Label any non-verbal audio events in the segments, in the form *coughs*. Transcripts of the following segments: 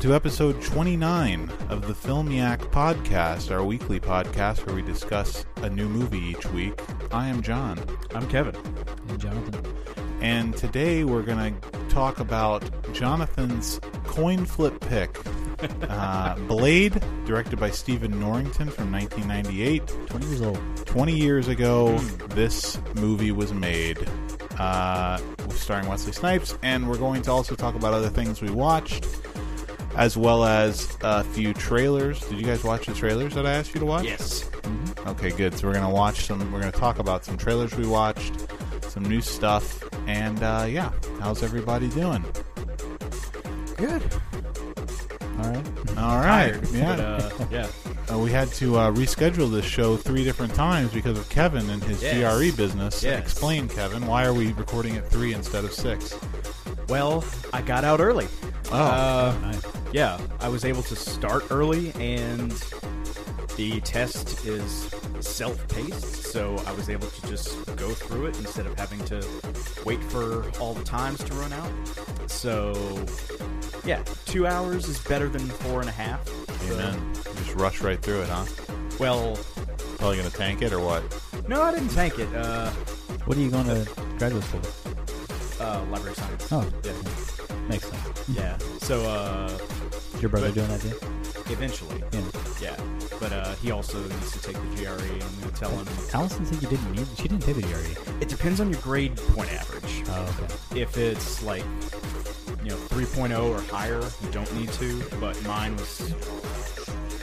to episode 29 of the Film Yak podcast, our weekly podcast where we discuss a new movie each week. I am John. I'm Kevin. And Jonathan. And today we're going to talk about Jonathan's coin flip pick *laughs* uh, Blade, directed by Stephen Norrington from 1998. 20 years old. 20 years ago, this movie was made, uh, starring Wesley Snipes, and we're going to also talk about other things we watched, as well as a few trailers. Did you guys watch the trailers that I asked you to watch? Yes. Okay, good. So we're gonna watch some. We're gonna talk about some trailers we watched, some new stuff, and uh, yeah, how's everybody doing? Good. All right. All right, Yeah. yeah. uh, yeah. Uh, we had to uh, reschedule this show three different times because of Kevin and his Yes. GRE business. Yes. Explain, Kevin, why are we recording at three instead of six? Well, I got out early. Oh, Uh, Nice. yeah, I was able to start early, and the test is self-paced, so I was able to just go through it instead of having to wait for all the times to run out. So, yeah, two hours is better than four and a half. So- amen. Just rush right through it, huh? well, Probably gonna tank it or what? no, I didn't tank it. Uh, What are you going to graduate school with? uh, library science. Oh, Yeah. makes sense. Yeah. So uh, Is your brother But- doing that too? eventually, Yeah. yeah. But uh, he also needs to take the GRE. I'm going to tell him. Allison said you didn't need She didn't take the GRE. It depends on your grade point average. Oh, okay. Uh, If it's like, you know, 3.0 or higher, you don't need to. But mine was,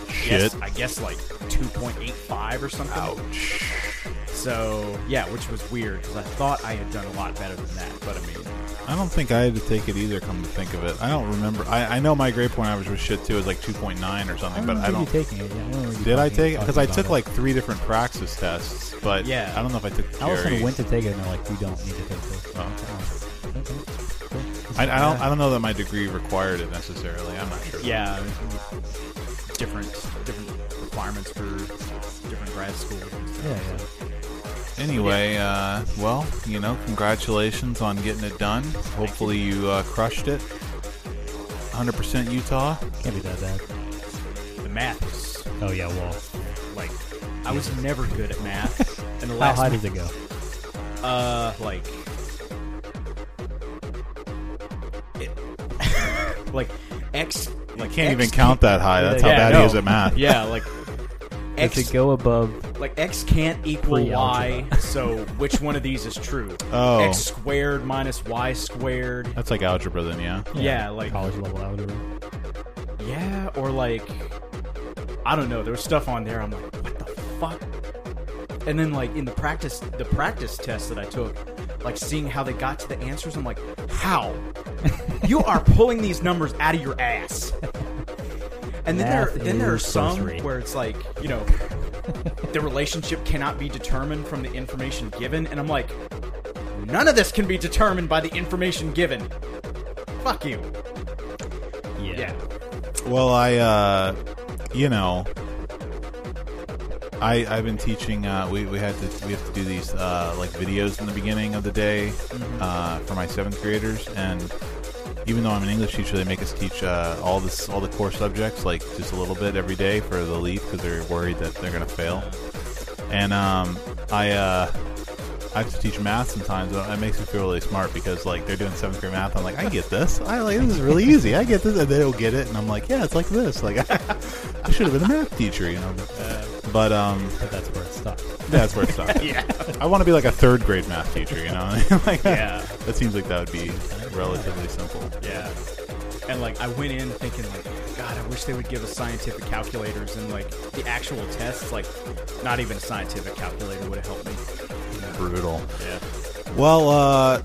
Shit. yes, I guess like 2.85 or something. Ouch. So yeah, which was weird because I thought I had done a lot better than that. But I mean, I don't think I had to take it either. Come to think of it, I don't remember. I, I know my grade point average was shit too. It was like two point nine or I something, don't but remember I don't. you taking it. Yeah, I don't remember you Did I talking- take it? Because I talking took about like three different praxis tests, but Yeah. I don't know if I took. it. The Allison GRE. went to take it and they're like, you don't need to take this. Oh. Oh, okay. Cool. I, I don't. I don't know that my degree required it necessarily. I'm not sure. yeah, different different requirements for different grad school. Yeah, yeah. Anyway, uh, well, you know, congratulations on getting it done. Hopefully you uh, crushed it. 100% Utah. Can't be that bad. The math was Oh, yeah, well. like I was never good at math. And the How last high does it go? uh like it, like X I like can't X even count that high. That's how Yeah, bad no. he is at math. *laughs* *laughs* Yeah, like X Does it go above like X can't equal Y, Pre-algebra. so which one of these is true? Oh. X squared minus Y squared. That's like algebra then, yeah. yeah, like college level algebra? Yeah, or like I don't know. There was stuff on there. I'm like, what the fuck? And then like in the practice, the practice test that I took, like seeing how they got to the answers, I'm like, how? you are pulling these numbers out of your ass. And then Math there, then there are is some sorcery. where it's like, you know, the relationship cannot be determined from the information given, and I'm like, none of this can be determined by the information given. Fuck you. Yeah. Well, I, uh, you know, I I've been teaching. Uh, we we had to we have to do these uh, like videos in the beginning of the day uh, for my seventh graders, and even though I'm an English teacher, they make us teach uh, all this all the core subjects like just a little bit every day for the leap because they're worried that they're gonna fail. And um, I. Uh, I have to teach math sometimes. and It makes me feel really smart because like they're doing seventh grade math. I'm like, I get this. I like this is really easy. I get this, and they don't get it. And I'm like, yeah, it's like this. Like *laughs* I should have been a math teacher, you know. But um, But that's where it stopped. that's where it stopped. Yeah. I want to be like a third grade math teacher, you know. *laughs* like, Yeah. That seems like that would be relatively simple. Yeah. And like I went in thinking like, "Oh, God, I wish they would give us scientific calculators and like the actual tests. Like, not even a scientific calculator would have helped me. Brutal. Yeah. Well, uh,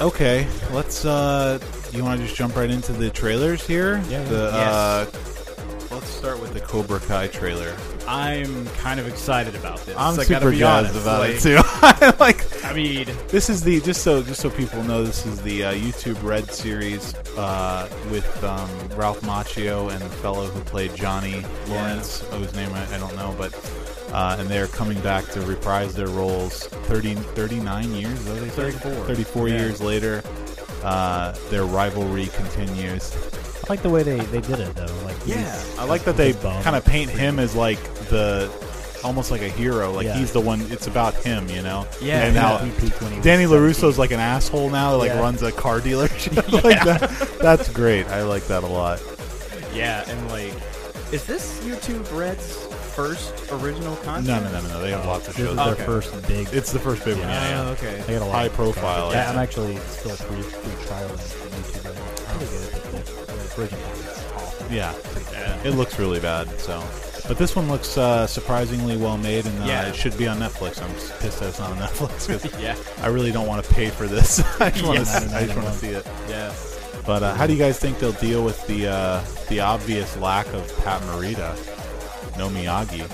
okay. Let's. Uh, you want to just jump right into the trailers here? Yeah, yeah. The, uh, Let's start with the Cobra Kai trailer. I'm kind of excited about this. I'm I gotta super be jazzed honest. about like, it too. *laughs* I like I mean, this is the just so just so people know this is the uh, YouTube Red series uh, with um, Ralph Macchio and the fellow who played Johnny Lawrence, whose name I, I don't know, but uh, and they're coming back to reprise their roles 30, 39 years, are they 34. 34 years later. Uh, their rivalry continues. like the way they, they did it though. Like he's- Yeah, I like that they Big bum. kind of paint him as like the almost like a hero. Like Yeah. he's the one. It's about him, you know. Yeah, And yeah, now he peaked when he was Danny 17. Larusso's like an asshole now. Like Yeah. runs a car dealership. *laughs* like that. That's great. I like that a lot. Yeah, and like, is this YouTube Red's first original content? No, no, no, no, no. They have lots of This is shows. their Okay. first big. It's the first big one. Yeah, yeah. Oh, okay. I got a lot high of content. profile, yeah. Yeah, I'm actually still free free trialing YouTube. right now. I'm pretty good at this. The original one is awful. Yeah, it looks really bad. So, but this one looks uh, surprisingly well made, and uh, Yeah. it should be on Netflix. I'm just pissed that it's not on Netflix 'cause Yeah, I really don't want to pay for this. *laughs* I just want Yeah. to, I just want to see it. yeah. But uh, how do you guys think they'll deal with the uh, the obvious lack of Pat Morita, no Miyagi?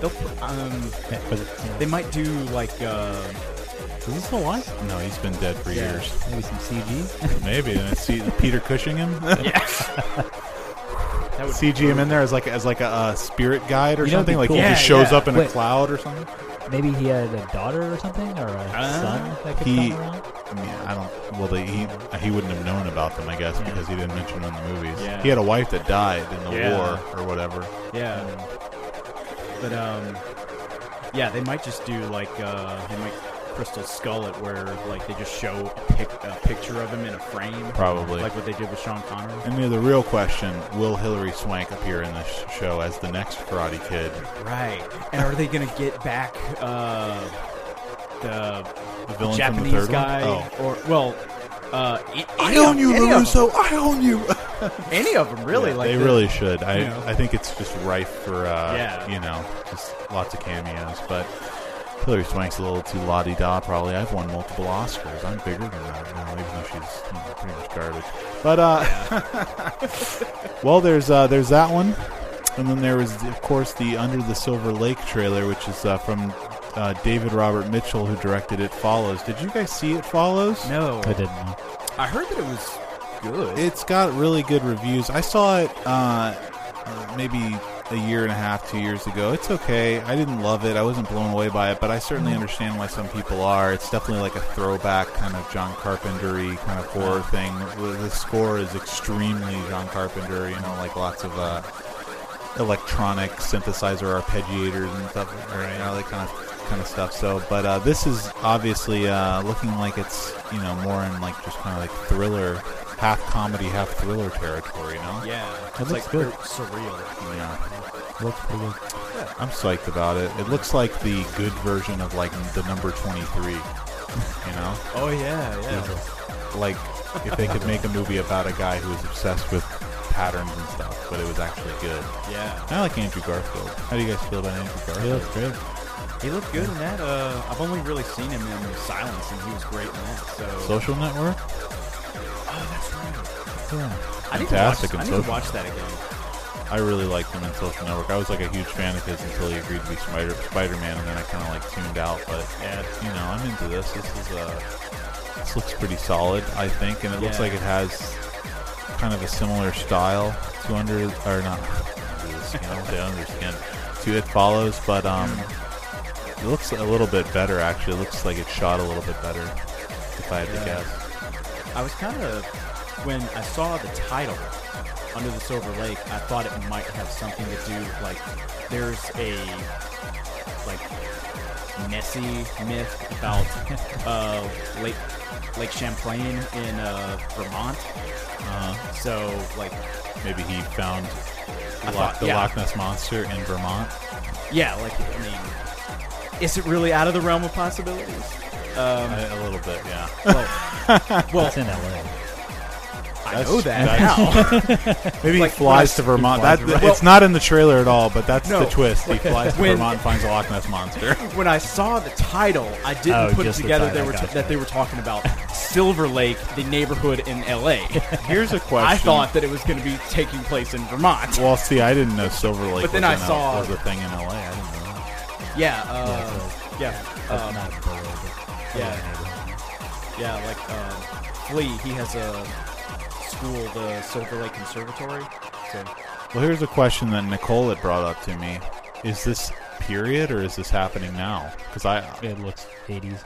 They'll, pr- um, Yeah, but it- yeah. they might do like, uh, Is he still alive? No, he's been dead for Yeah. years. maybe some CG. Maybe and see Peter Cushing *laughs* him, that would CG him in there as like as like a uh, spirit guide or You know, it'd be something. Like cool. he Yeah, just shows yeah. up in a Wait. cloud or something. *laughs* maybe he had a daughter or something, or a Uh, son that could he- come around. Yeah, I don't. Well, they, he he wouldn't have known about them, I guess, because he didn't mention them in the movies. Yeah. He had a wife that died in the Yeah. war or whatever. Yeah. But um yeah, they might just do like uh they might crystal skull it where like they just show a, pic- a picture of him in a frame. Probably. Like what they did with Sean Connery. And you know, the real question: Will Hillary Swank appear in this show as the next Karate Kid? Right. And are they going to get back uh the The villain from Japanese the third guy one? Oh. or well uh a- I any of- own you, any of, them, Larusso. I own you. any of them *laughs* really Yeah, like they the- really should. I you know. I think it's just rife for uh, Yeah. you know just lots of cameos, but. Hillary Swank's a little too la di da, probably. I've won multiple Oscars. I'm bigger than that now, even though she's you know, pretty much garbage. But uh, *laughs* *laughs* Well, there's uh, there's that one, and then there was, of course, the Under the Silver Lake trailer, which is uh, from uh, David Robert Mitchell, who directed It Follows. Did you guys see It Follows? No. I didn't. know. I heard that it was good. It's got really good reviews. I saw it uh, uh, maybe a year and a half, two years ago. It's okay. I didn't love it. I wasn't blown away by it, but I certainly understand why some people are. It's definitely like a throwback kind of John Carpentery kind of horror thing. The the score is extremely John Carpenter. You know, like lots of. Uh, electronic synthesizer arpeggiators and stuff, or you know, that kind of kind of stuff. So, but uh, this is obviously uh, looking like it's you know more in like just kind of like thriller, half comedy, half thriller territory. You know? yeah. It it's looks like good. surreal. Yeah. Looks pretty good. I'm psyched about it. It looks like the good version of like the number 23. You know, Oh yeah, yeah. like if they could make a movie about a guy who was obsessed with patterns and stuff, but it was actually good. Yeah. I like Andrew Garfield. How do you guys feel about Andrew Garfield? He looks great. He looked good in that. Uh, I've only really seen him in Silence, and he was great in that. So, Social Network. oh, that's right. Yeah. I need to watch. Fantastic in I need to Social. watch that again. I really liked him in Social Network. I was like a huge fan of his until he agreed to be Spider Spider Man, and then I kind of like tuned out. But Yeah. you know, I'm into this. This is uh, this looks pretty solid, I think, and it looks Yeah. like it has kind of a similar style to Under or not *laughs* Under the Skin, I won't say Under the Skin to It Follows, but um, it Hmm. looks a little bit better actually. It looks like it's shot a little bit better, if I had to Yeah. guess. I was kind of when I saw the title under the Silver Lake. I thought it might have something to do like there's a like Nessie myth about uh, Lake Lake Champlain in uh, Vermont. Uh, So like maybe he found. I Loch, thought- the yeah. Loch Ness monster in Vermont. Yeah, like I mean, is it really out of the realm of possibilities? Um, A- a little bit, yeah. well, It's well in LA. *laughs* I That's- know *laughs* that that's- now. Maybe Like, he flies flies- to Vermont. he flies to That, Vermont. It's not in the trailer at all, but that's No. the twist. He flies to *laughs* When- Vermont and finds a Loch Ness *laughs* monster. when I saw the title, I didn't Oh, put it just the together title, they were gotcha. that they were talking about Silver Lake, the neighborhood in *laughs* L.A. Here's a question. I thought that it was going to be taking place in Vermont. Well, see, I didn't know Silver Lake. But then was I in a- saw- was a thing in LA. I didn't know. Yeah, uh, yeah, That's Oh. um, not Bowl, but yeah. neighborhood. yeah. Like um, Flea, he has a school, the Silver Lake Conservatory. So Well, here's a question that Nicole had brought up to me: Is this period or is this happening now? Because I, It looks 80s.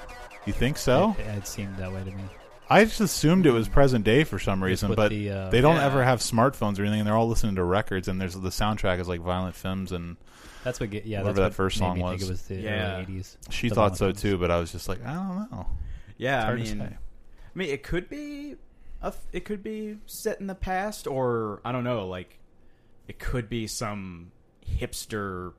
you think so? It, it seemed that way to me. I just assumed it was present day for some reason, put but the, uh, they don't yeah. ever have smartphones or anything, and they're all listening to records. And there's the soundtrack is like violent films, and That's what. Get, yeah, Whatever that's that what first made song me was. Think it was the Yeah. early '80s. she The thought so Valentine's. too. But I was just like, I don't know. Yeah, I hard to mean, say. I mean, it could be, a, f- it could be set in the past, or I don't know, like it could be some hipster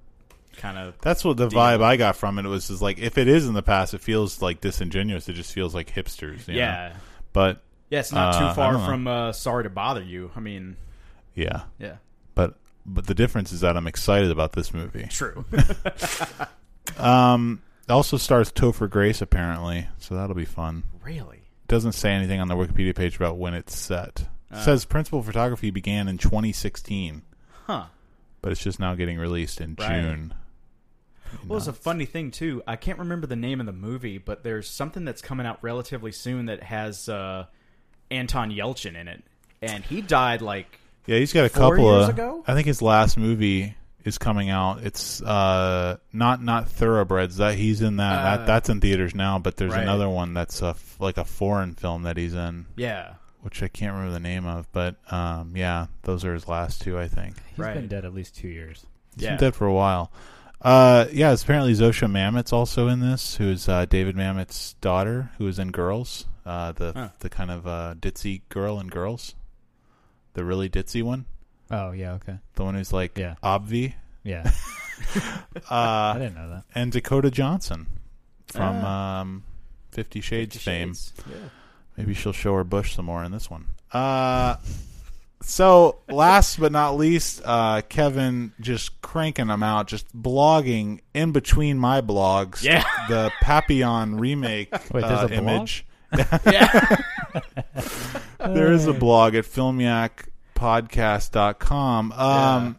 kind of. That's what the Deal. vibe I got from it was just like if it is in the past, it feels like disingenuous. It just feels like hipsters. you know? Yeah, but yeah, it's not Uh, I too far don't know. from uh, "Sorry to Bother You." I mean, yeah, yeah, but but the difference is that I'm excited about this movie. true. Um, it also stars Topher Grace apparently, so that'll be fun. *laughs* really? doesn't say anything on the Wikipedia page about when it's set. It Uh. says principal photography began in 2016, Huh. but it's just now getting released in Right. June. Well, it's a Nuts. funny thing too. I can't remember the name of the movie, but there's something that's coming out relatively soon that has uh, Anton Yelchin in it, and he died like Yeah, he's got a Four couple years of. ago? I think his last movie is coming out. It's uh, not not Thoroughbreds. That he's in that, that. That's in theaters now. But there's Uh, right. another one that's a, f- like a foreign film that he's in, yeah, which I can't remember the name of. But um, yeah, those are his last two, I think. He's Right. been dead at least two years. He's yeah. been dead for a while. Uh, yeah, it's apparently Zosha Mamet's also in this, who is uh, David Mamet's daughter, who is in Girls, uh, the Huh. the kind of uh, ditzy girl in Girls, the really ditzy one, Oh yeah, okay, the one who's like Yeah. obvi, yeah. *laughs* I uh, didn't know that. and Dakota Johnson from Ah. um, Fifty Shades fame. Yeah. Maybe she'll show her bush some more in this one. Uh, so last but not least, uh, Kevin just cranking them out, just blogging in between my blogs. Yeah. the Papillon *laughs* remake Wait, there's uh, a blog? image. *laughs* There is a blog at filmyakpodcast.com. Um,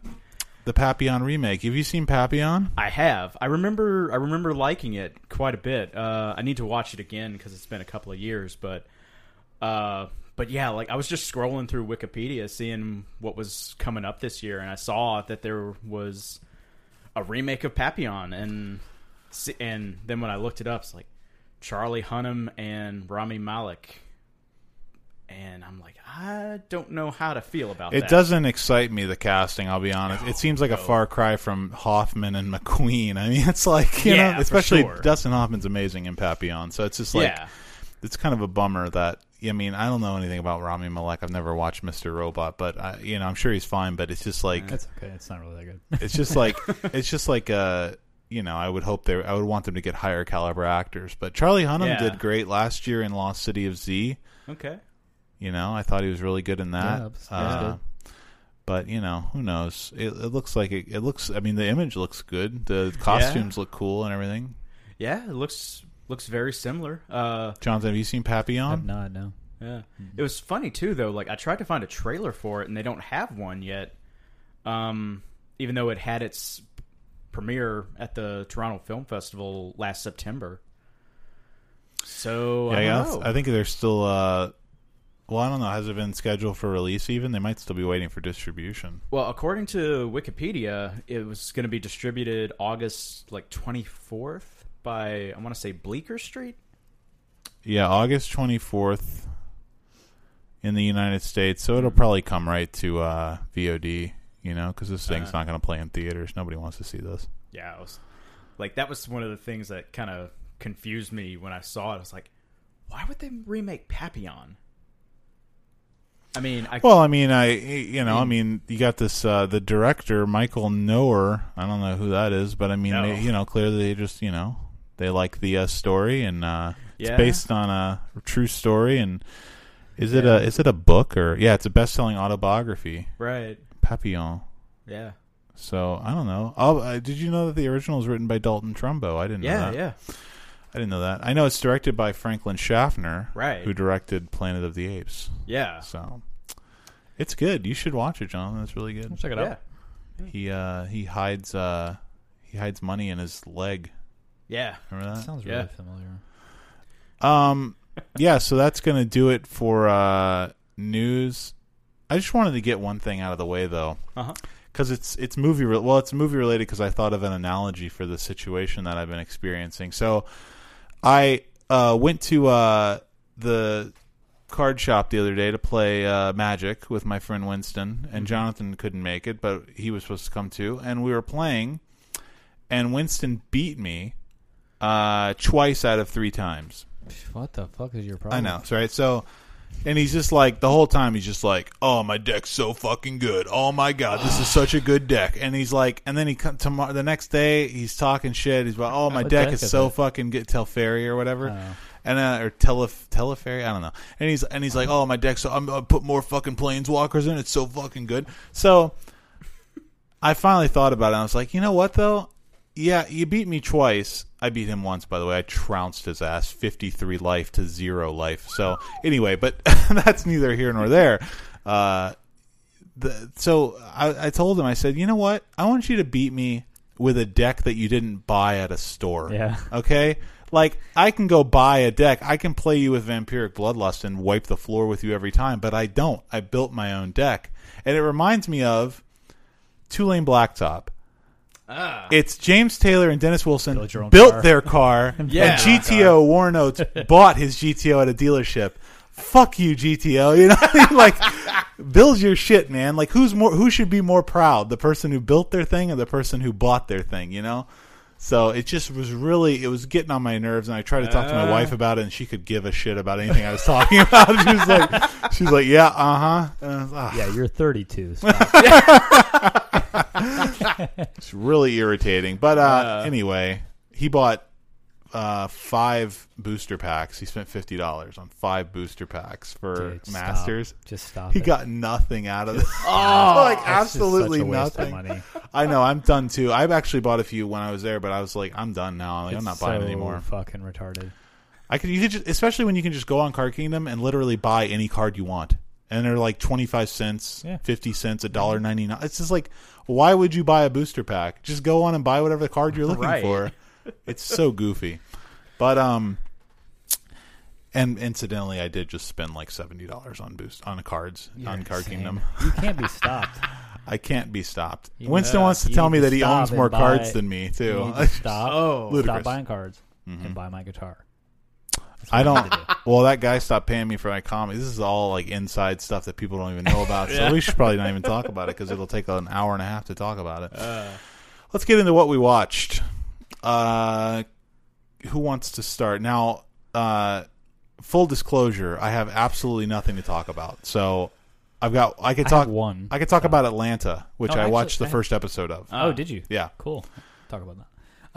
The Papillon remake. Have you seen Papillon? I have. I remember. I remember liking it quite a bit. Uh, I need to watch it again because it's been a couple of years. But, uh, but yeah, like I was just scrolling through Wikipedia, seeing what was coming up this year, and I saw that there was a remake of Papillon, and s- and then when I looked it up, it's like Charlie Hunnam and Rami Malek, and I'm like, I don't know how to feel about It that. doesn't excite me the casting. I'll be honest. it seems like a far cry from Hoffman and *laughs* McQueen. I mean, it's like you Yeah, know, for especially sure. Dustin Hoffman's amazing in Papillon. So it's just like yeah. it's kind of a bummer that I mean I don't know anything about Rami Malek. I've never watched Mister Robot, but I, you know I'm sure he's fine. But it's just like That's okay. It's not really that good. *laughs* it's just *laughs* like it's just like uh you know I would hope they I would want them to get higher caliber actors. But Charlie Hunnam Yeah. did great last year in Lost City of Z. Okay. You know, I thought he was really good in that. Yeah, that's- Uh, that's good. But you know, who knows? It, it looks like it, it looks. I mean, the image looks good. The costumes look cool and everything. Yeah, it looks looks very similar. Uh, Jonathan, have you seen I've Papillon? not no. yeah, it was funny too though. Like I tried to find a trailer for it, and they don't have one yet. Um, even though it had its premiere at the Toronto Film Festival last September. So yeah, I yeah, don't that's- know. I think they're still. Uh, well, I don't know. Has it been scheduled for release? Even they might still be waiting for distribution. well, according to Wikipedia, it was going to be distributed August like twenty fourth by I want to say Bleecker Street. Yeah, August twenty fourth in the United States. So it'll Hmm. probably come right to uh, VOD. You know, because this thing's Uh. not going to play in theaters. Nobody wants to see this. Yeah, I was like that was one of the things that kind of confused me when I saw it. I was like, why would they remake Papillon? I mean, I Well, I mean, I you Mm. know, I mean, you got this uh, the director Michael Noer. I don't know who that is, but I mean, No. they, you know, clearly they just you know they like the uh, story and uh, it's Yeah. based on a true story. And is it Yeah. a is it a book or yeah, it's a best selling autobiography, right, Papillon. yeah, So I don't know. Oh, uh, did you know that the original is written by Dalton Trumbo? I didn't. know yeah, that. yeah, I didn't know that. I know it's directed by Franklin Schaffner, Right. Who directed Planet of the Apes. yeah. So it's good. You should watch it, John. That's really good. Check it Yeah, out. He uh he hides uh he hides money in his leg. yeah. Remember that? Sounds Yeah. really familiar. Um yeah, so that's going to do it for uh news. I just wanted to get one thing out of the way though. Uh huh. Cuz it's it's movie re- well, it's movie related cuz I thought of an analogy for the situation that I've been experiencing. So I uh went to uh the card shop the other day to play uh, Magic with my friend Winston, and Jonathan couldn't make it, but he was supposed to come too. And we were playing, and Winston beat me uh, twice out of three times. What the fuck is your I problem? know, it's right? So, and he's just like the whole time he's just like, "Oh, my deck's so fucking good. Oh my god, this is such a good deck." And he's like, and then he come tomorrow the next day he's talking shit. He's like, "Oh, my What deck, deck is is so it?" fucking good." Telferi or whatever. Oh. And uh, or tele Teleferi, I don't know. And he's and he's like, "Oh, my deck, so I'm I put more fucking planeswalkers in. It's so fucking good." So I finally thought about it. and I was like, "You know what though? Yeah, you beat me twice. I beat him once, by the way. I trounced his ass, fifty-three life to zero life. So anyway, but *laughs* that's neither here nor there. Uh, the, so I, I told him, I said, you know what? I want you to beat me with a deck that you didn't buy at a store. Yeah. Okay. Like I can go buy a deck. I can play you with Vampiric Bloodlust and wipe the floor with you every time, but I don't. I built my own deck, and it reminds me of Tulane Blacktop. Ah. It's James Taylor and Dennis Wilson Build your own built car. their *laughs* car, Yeah. and GTO Warren Oates bought his GTO at a dealership. Fuck you, GTO. *laughs* You know, what I mean? like build your shit, man. Like who's more? Who should be more proud? The person who built their thing or the person who bought their thing? You know. So it just was really it was getting on my nerves, and I tried to talk to my Uh. wife about it, and she could give a shit about anything I was talking *laughs* about. she was like, she was like, yeah, uh huh. Yeah, *laughs* you're 32. so- It's really irritating. But uh, Uh. anyway, he bought uh, five booster packs. He spent fifty dollars on five booster packs for Dude, stop. masters. Just stop. He it. got nothing out *laughs* of this. *laughs* Oh, like That's just absolutely such a waste nothing. Of money. I know. I'm done too. I've actually bought a few when I was there, but I was like, I'm done now. Like, I'm It's not buying so anymore. Fucking retarded. I could, you could just, especially when you can just go on Card Kingdom and literally buy any card you want, and they're like twenty five cents, Yeah. fifty cents, a dollar ninety nine. It's just like, why would you buy a booster pack? Just go on and buy whatever the card you're looking Right. for. It's so *laughs* goofy, but um, and incidentally, I did just spend like seventy dollars on boost on cards on You're Card insane. Kingdom. You can't *laughs* be stopped. I can't be stopped. You Winston need- wants to you tell need me to that he stop owns and more cards buy- than me You too. need *laughs* to stop. Oh. Ludicrous. Mm-hmm. Stop buying cards and buy my guitar. I don't. *laughs* Well, that guy stopped paying me for my comedy. This is all like inside stuff that people don't even know about. So we should probably not even talk about it because it'll take an hour and a half to talk about it. Uh. Let's get into what we watched. Uh, who wants to start? Now, uh, full disclosure: I have absolutely nothing to talk about. So I've got. I could I talk. have one. I could talk about Atlanta, which Oh, I watched the actually, I have- first episode of. oh, did you? yeah. Cool. Talk about that.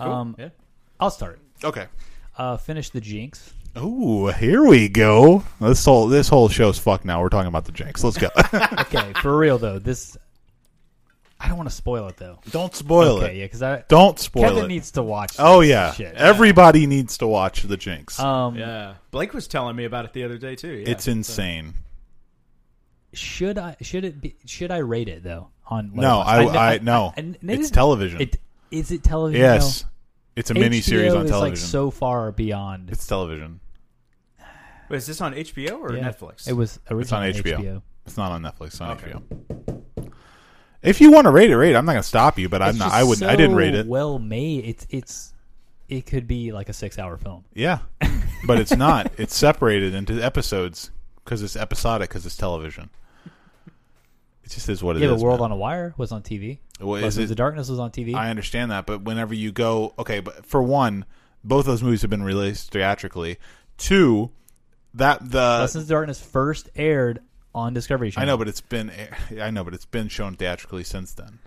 Cool. Um, yeah. I'll start. Okay. Uh, finish the Jinx. Ooh, here we go. This whole this whole show's fucked. Now we're talking about the Jinx. Let's go. Okay, for real though. This. I don't want to spoil it though. Don't spoil Okay, it. yeah, because I Don't spoil Kevin it. needs to watch. oh this yeah, shit. everybody needs to watch The Jinx. Um, Yeah. Blake was telling me about it the other day too. Yeah. it's insane. should I should it be should I rate it though on No, Letterboxd? I, kn- I, no. and it it's is- television. It is it television. yes, it's a though? mini series HBO on is, television. Like so far beyond. it's television. Wait, is this on HBO or Yeah. Netflix? It was originally It's on HBO. HBO. It's not on Netflix. It's on Okay. HBO. If you want to rate it, rate. it. I'm not going to stop you, but I'm It's not. just I wouldn't. I didn't rate so it. Well made. It's it's it could be like a six hour film. *laughs* Yeah, but it's not. It's separated into episodes because it's episodic because it's television. It just is what it is. yeah, the world man. on a wire was on TV. Well, is it- Lessons of Darkness was on TV. I uh, understand that, but whenever you go, okay, but for one, both those movies have been released theatrically. Two, that the Lessons of Darkness first aired on Discovery I Channel. know, but it's been eh, I know, but it's been shown theatrically since then.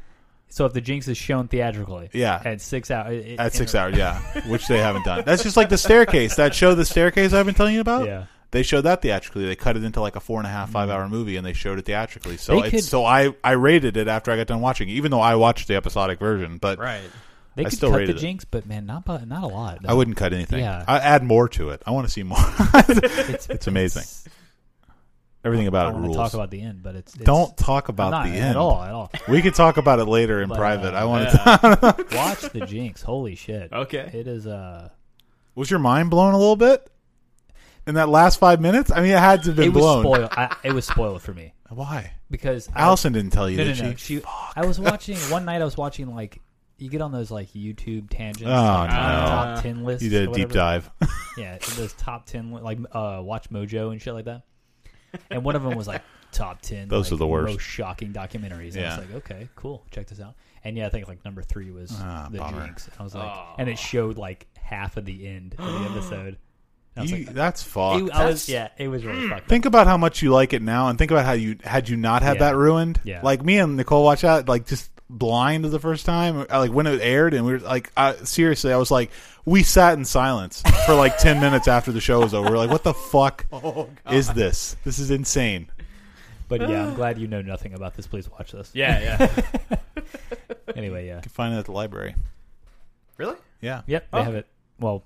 So if the Jinx is shown theatrically, Yeah. at six hours, At six hours, yeah, which they haven't done. That's just like the staircase. That show, the staircase I've been telling you about. Yeah. Mm. They showed that theatrically. They cut it into like a four and a half, five hour movie, and they showed it theatrically. So They it's, could- so I I rated it after I got done watching, it, even though I watched the episodic version. But right. They I could still cut the rated it. Jinx, but man, not bu- not a lot. I wouldn't cut anything. Yeah. I add more to it. I want to see more. *laughs* It's, it's *laughs* amazing. Everything I about don't it wanna rules. talk about the end, but it's, it's Don't talk about not the at end all *laughs* at all. We could talk about it later in But, private. uh, I want to. Yeah. Watch the Jinx. Holy shit. Okay. *laughs* It is uh *laughs* Was your mind blown a little bit in that last five minutes? I mean, it had to have been it was blown. spoiled. I, it was spoiled for me Why? because I- Allison didn't tell you, no, no, did no. she? She, I was watching one night. I was watching like you get on those like YouTube tangents, Oh, like, no. top ten lists. You did or a deep whatever. dive. Yeah, those top ten li- like uh, Watch Mojo and shit like that. and one of them was *laughs* like top ten. Those like, are the worst. most shocking documentaries. And I Yeah. was like, okay, cool, check this out. And yeah, I think like number three was Ah, the bummer. Jinx. And I was like, and it showed like half of the end *gasps* of the episode. And I *laughs* was You- like, that's fucked. it- I was- yeah, it was Hmm. really fucked. Think about how much you like it now, and think about how you had you not had Yeah. that ruined. Yeah. Like me and Nicole watched that like just blind the first time. I, like when it aired, and we were like, I, seriously, I was like, we sat in silence for like ten minutes after the show was over. We're like, what the *laughs* fuck is this? This is insane. But yeah, *laughs* I'm glad you know nothing about this. Please watch this. Yeah, yeah. Anyway, yeah. You can find it at the library. really? Yeah, Yep, they Oh. have it. Well,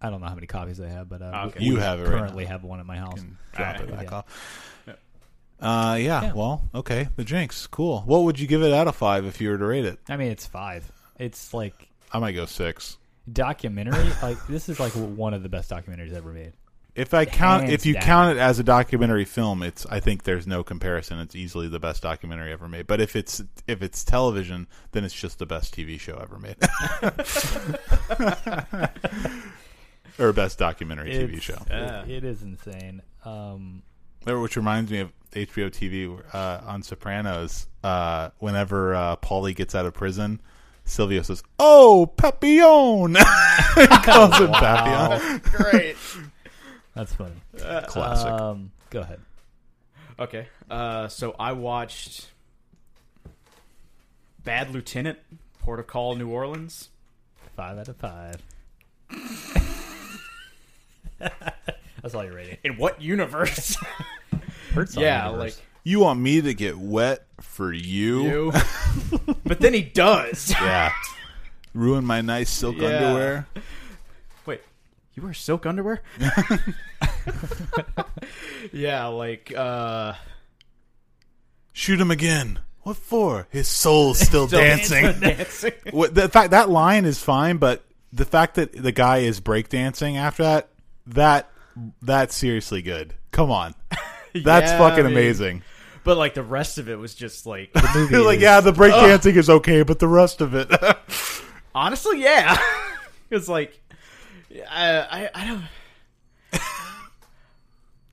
I don't know how many copies they have, but uh, Ah, we- okay. we you have it right currently have one at my now. house. You can drop Alright. it back Yeah. off. Uh, yeah, Yeah. Well, okay. The Jinx, cool. What would you give it out of five if you were to rate it? I mean, it's five. It's like I might go six. documentary. like this is like one of the best documentaries ever made. If I count, Hands if you down. count it as a documentary film, it's. I think there's no comparison. It's easily the best documentary ever made. But if it's if it's television, then it's just the best TV show ever *laughs* made, *laughs* or best documentary TV It's- show. Yeah. it- it is insane. Um, Or- Which reminds me of HBO TV uh, on Sopranos. Uh, whenever uh, Paulie gets out of prison, Silvio says, "Oh, Papillon," *laughs* *laughs* He calls him Papillon. Great. that's funny. Classic. Um, go ahead. Okay. Uh, so I watched Bad Lieutenant, Port of Call, New Orleans. Five out of five. *laughs* that's all you're rating. In what universe? *laughs* Hurts all yeah, universe. you want me to get wet for like you. but then *laughs* he does. Yeah. Ruin my nice silk Yeah. underwear. Wait, you wear *laughs* silk underwear? yeah, like *laughs* uh Shoot him again. What for? His soul's *laughs* still, dancing. dancing. *laughs* What- the fact that line is fine, but the fact that the guy is breakdancing after that, that that's seriously good. Come on. That's Yeah, fucking dude. amazing. But like the rest of it was just like You're *laughs* like, yeah, the breakdancing is okay, but the rest of it. *laughs* honestly, yeah. *laughs* it's like I I, I don't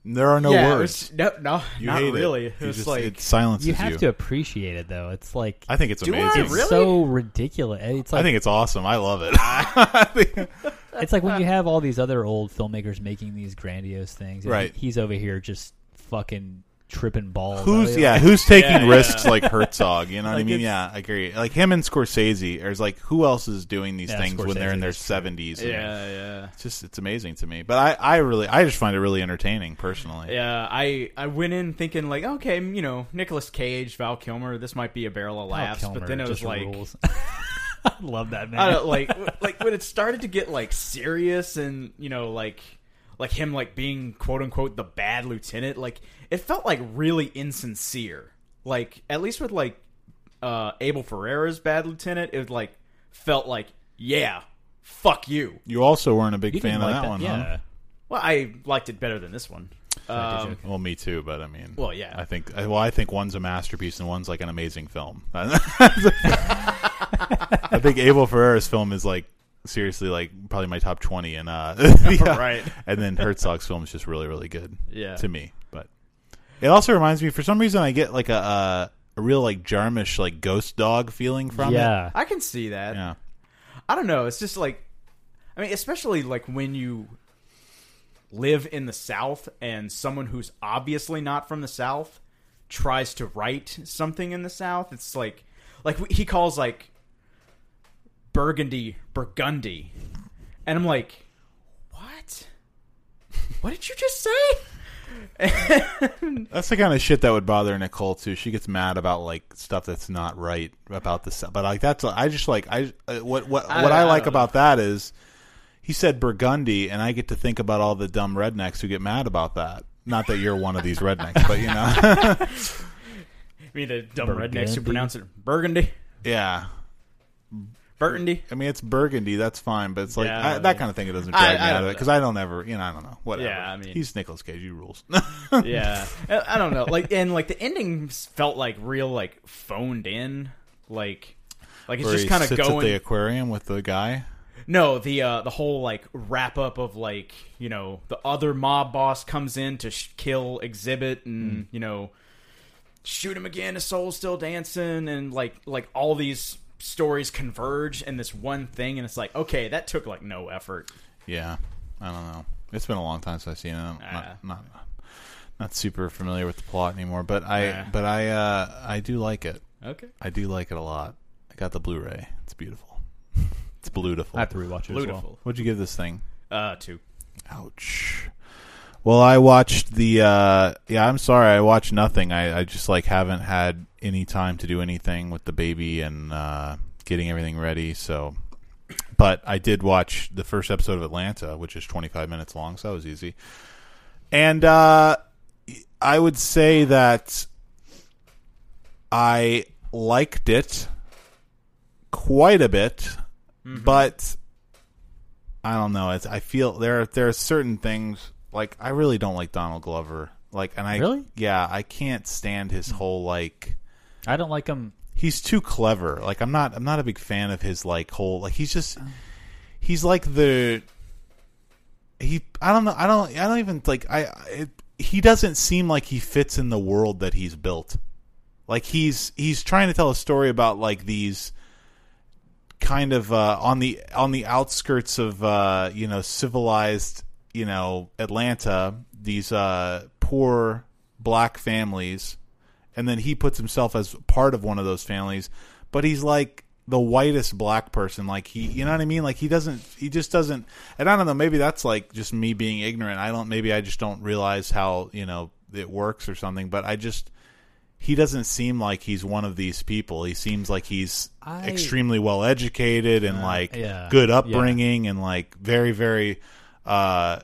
there are no yeah, it words. was- no, no, You not hate really. it. It, You was just- like it silences You you. have to appreciate it though. It's like I think it's Do I amazing. it's Really? so ridiculous. It's like I think it's awesome. I love it. *laughs* I think- it's like when you have all these other old filmmakers making these grandiose things. and Right. he- he's over here just fucking tripping balls. Who's Like, yeah? Who's taking Yeah, yeah. risks like Herzog? You know what I Like, mean? it's- Yeah, I agree. Like him and Scorsese, or is like who else is doing these Yeah, things when they're Scorsese, in their that's true. seventies? yeah, it's just it's amazing to me. But I, I really, I just find it really entertaining personally. yeah. Yeah, uh, I I went in thinking like, okay, you know, Nicolas Cage, Val Kilmer, this might be a barrel of Val laughs, Kilmer but then it was just like rules. *laughs* I love that man. I *laughs* don't like w- like when it started to get like serious and you know like like him like being quote unquote the bad lieutenant like it felt like really insincere like at least with like uh Abel Ferreira's bad lieutenant it like felt like yeah fuck you You also weren't a big You fan didn't of like that, one, yeah. huh? well I liked it better than this one um, Well, me too, but I mean, Well, yeah. I think, I- well, I think one's a masterpiece and one's like an amazing film. *laughs* I think Abel Ferrera's film is like seriously like probably my top twenty, and *laughs* uh, *laughs* yeah. Right. And then Herzog's film is just really, really good, Yeah. to me. But it also reminds me, for some reason, I get like a uh, a real like Jarmish like ghost dog feeling from it. yeah. I can see that Yeah, I don't know. It's just like, I mean, especially like when you live in the South and someone who's obviously not from the South tries to write something in the South. It's like, like he calls like Burgundy Burgundy, and I'm like, what? What did you just *laughs* say? that's the kind of shit that would bother Nicole too. She gets mad about like stuff that's not right about the stuff, but like that's I just like I uh, what what I- what I, I like don't know. about that is he said Burgundy, and I get to think about all the dumb rednecks who get mad about that. Not that you're one of these rednecks, but you know, *laughs* I mean, the dumb rednecks Burgundy. who pronounce it Burgundy, yeah. Burgundy. I mean, it's burgundy. That's fine, but it's like Yeah, I, that kind of thing. It doesn't I- drag me I out don't of it because I don't ever, you know, I don't know. Whatever. Yeah, I mean- he's Nicholas Cage. You *laughs* rules. yeah *laughs* I- i don't know like and like the ending s- felt like real like phoned in like like it's Where just he kind of sits at going the aquarium with the guy. No, the uh, the whole like wrap up of like you know the other mob boss comes in to sh- kill Exhibit and you know shoot him again. His soul's still dancing, and like like all these stories converge in this one thing, and it's like okay, that took like no effort. Yeah, I don't know. It's been a long time since I've seen it. I'm Ah. not, not not super familiar with the plot anymore, but I Ah. but I uh, I do like it. Okay, I do like it a lot. I got the Blu-ray. It's beautiful. *laughs* It's beautiful. I have to rewatch it as well. beautiful. What'd you give this thing? Uh, two. Ouch. Well, I watched the. Uh, yeah, I'm sorry. I watched nothing. I, I just like haven't had any time to do anything with the baby and uh, getting everything ready. So, but I did watch the first episode of Atlanta, which is 25 minutes long, so that was easy. And uh, I would say that I liked it quite a bit, but I don't know. It's I feel there are, there are certain things like I really don't like Donald Glover. Like and I Really? yeah I can't stand his whole like I don't like him. he's too clever. Like I'm not I'm not a big fan of his like whole like he's just he's like the he I don't know I don't I don't even like I it, he doesn't seem like he fits in the world that he's built. Like he's he's trying to tell a story about like these kind of uh, on the on the outskirts of uh, you know civilized you know Atlanta these uh, poor black families and then he puts himself as part of one of those families but he's like the whitest black person like he you know what i mean like he doesn't he just doesn't and i don't know maybe that's like just me being ignorant i don't maybe i just don't realize how you know it works or something but i just he doesn't seem like he's one of these people he seems like he's I- extremely well educated and like yeah, good yeah. upbringing and like very very uh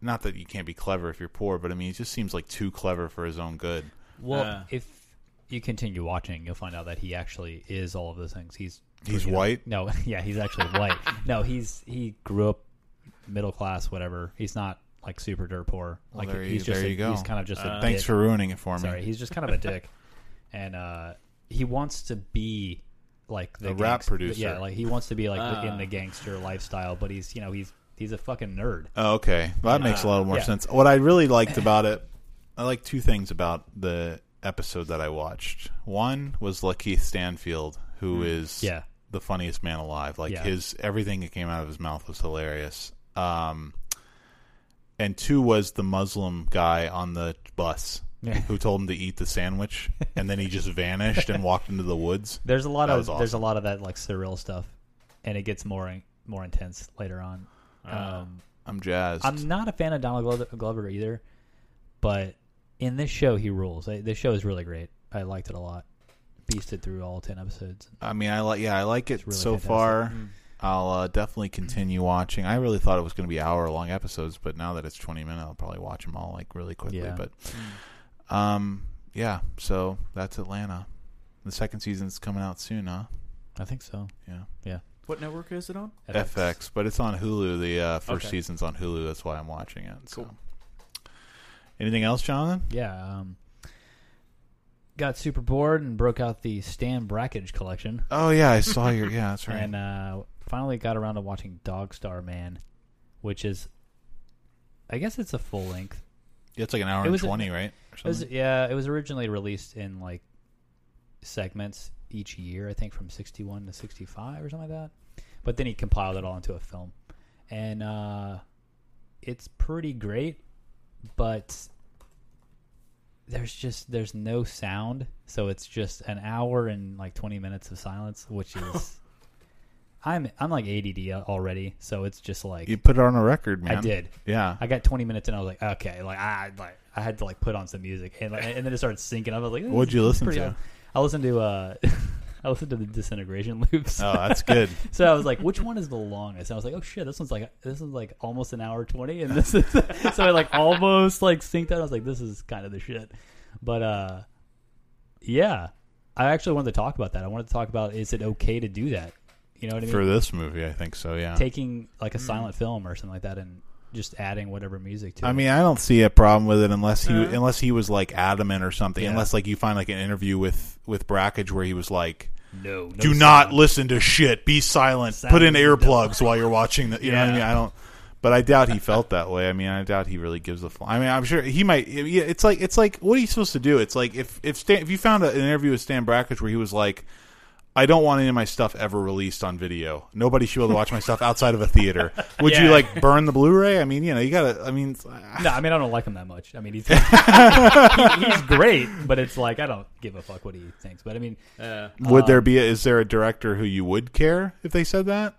not that you can't be clever if you're poor but i mean he just seems like too clever for his own good Well, Uh. if you continue watching, you'll find out that he actually is all of those things. He's He's you know, white? No, *laughs* yeah, he's actually *laughs* white. No, he's he grew up middle class, whatever. He's not like super dirt poor. Like there he's you- just there a- you go. he's kind of just a thanks dick. for ruining it for me Uh, Sorry, he's just kind of a *laughs* dick, and uh, he wants to be like the A rap gangst- producer. Yeah, like he wants to be like the- Ah. in the gangster lifestyle, but he's you know he's he's a fucking nerd. Oh, okay. Well, that makes a lot more Yeah. sense. What I really liked about it, I like two things about the episode that I watched. One was Lakeith Stanfield, who is Hmm. Yeah. the funniest man alive. Like Yeah. his everything that came out of his mouth was hilarious. Um, and two was the Muslim guy on the bus *laughs* Yeah. who told him to eat the sandwich, and then he just vanished and walked into the woods. There's a lot That of was there's a awesome. lot of that like surreal stuff, and it gets more more intense later on. Ah. Uh, um, I'm jazzed. I'm not a fan of Donald Glover, Glover either, but in this show he rules. I, this show is really great. I liked it a lot. Beasted through all ten episodes. I mean, I like yeah, I like it really so fantastic. Um, far. mm, I'll uh, definitely continue watching. I really thought it was going to be hour long episodes, but now that it's twenty minutes, I'll probably watch them all like really quickly. Yeah. But, mm. um, yeah. So that's Atlanta. The second season's coming out soon, huh? I think so. Yeah. Yeah. What network is it on? FX, but it's on Hulu. The uh, first Okay. season's on Hulu. That's why I'm watching it. So. Cool. Anything else, Jonathan? Yeah. Um, got super bored and broke out the Stan Brackage collection, Oh yeah, I saw your. Yeah, that's right. and uh, finally got around to watching Dog Star Man, which is, I guess it's a full length Yeah, it's like an hour it and was a- twenty, right? Or It was, something? yeah, it was originally released in like segments each year, I think from 61 to 65 or something like that. But then he compiled it all into a film. And uh, it's pretty great, but there's just there's no sound, so it's just an hour and like 20 minutes of silence, *laughs* which is I'm I'm like ADD already, so it's just like you put it on a record, man. I did. Yeah. I got 20 minutes and I was like, okay, like I like I had to like put on some music and like, and then it started syncing. I was like, this What'd is- you this is listen pretty to? awesome. I listened to uh, *laughs* I listened to the disintegration loops. *laughs* oh, that's good. *laughs* so I was like, which one is the longest? And I was like, oh shit, this one's like this is like almost an hour 20, and this is *laughs* so I like almost like synced out. I was like, this is kind of the shit, but uh, yeah, I actually wanted to talk about that. I wanted to talk about is it okay to do that? You know what I mean? For this movie, I think so. Yeah. Taking like a silent film or something like that and just adding whatever music to it. I mean, I don't see a problem with it unless he No. unless he was like adamant or something. Uh-huh. Yeah. Unless like you find like an interview with with Brackage where he was like, No, no do not listen to shit. Be silent. Sound Put in is dumb. earplugs while you're watching the. You know what I Yeah. mean? I don't. But I doubt he felt that way. I mean, I doubt he really gives a. Fl- I mean, I'm sure he might. yeah, It's like it's like what are you supposed to do? It's like if if Stan, if you found a, an interview with Stan Brackage where he was like, I don't want any of my stuff ever released on video. Nobody should be able to watch my stuff outside of a theater. *laughs* Would you Yeah. like burn the Blu-ray? I mean, you know, you gotta. I mean, No, I mean I don't like him that much. I *laughs* mean he's *laughs* he- he's great, but it's like I don't give a fuck what he thinks. But I mean, Uh, would Um, there be? A, is there a director who you would care if they said that?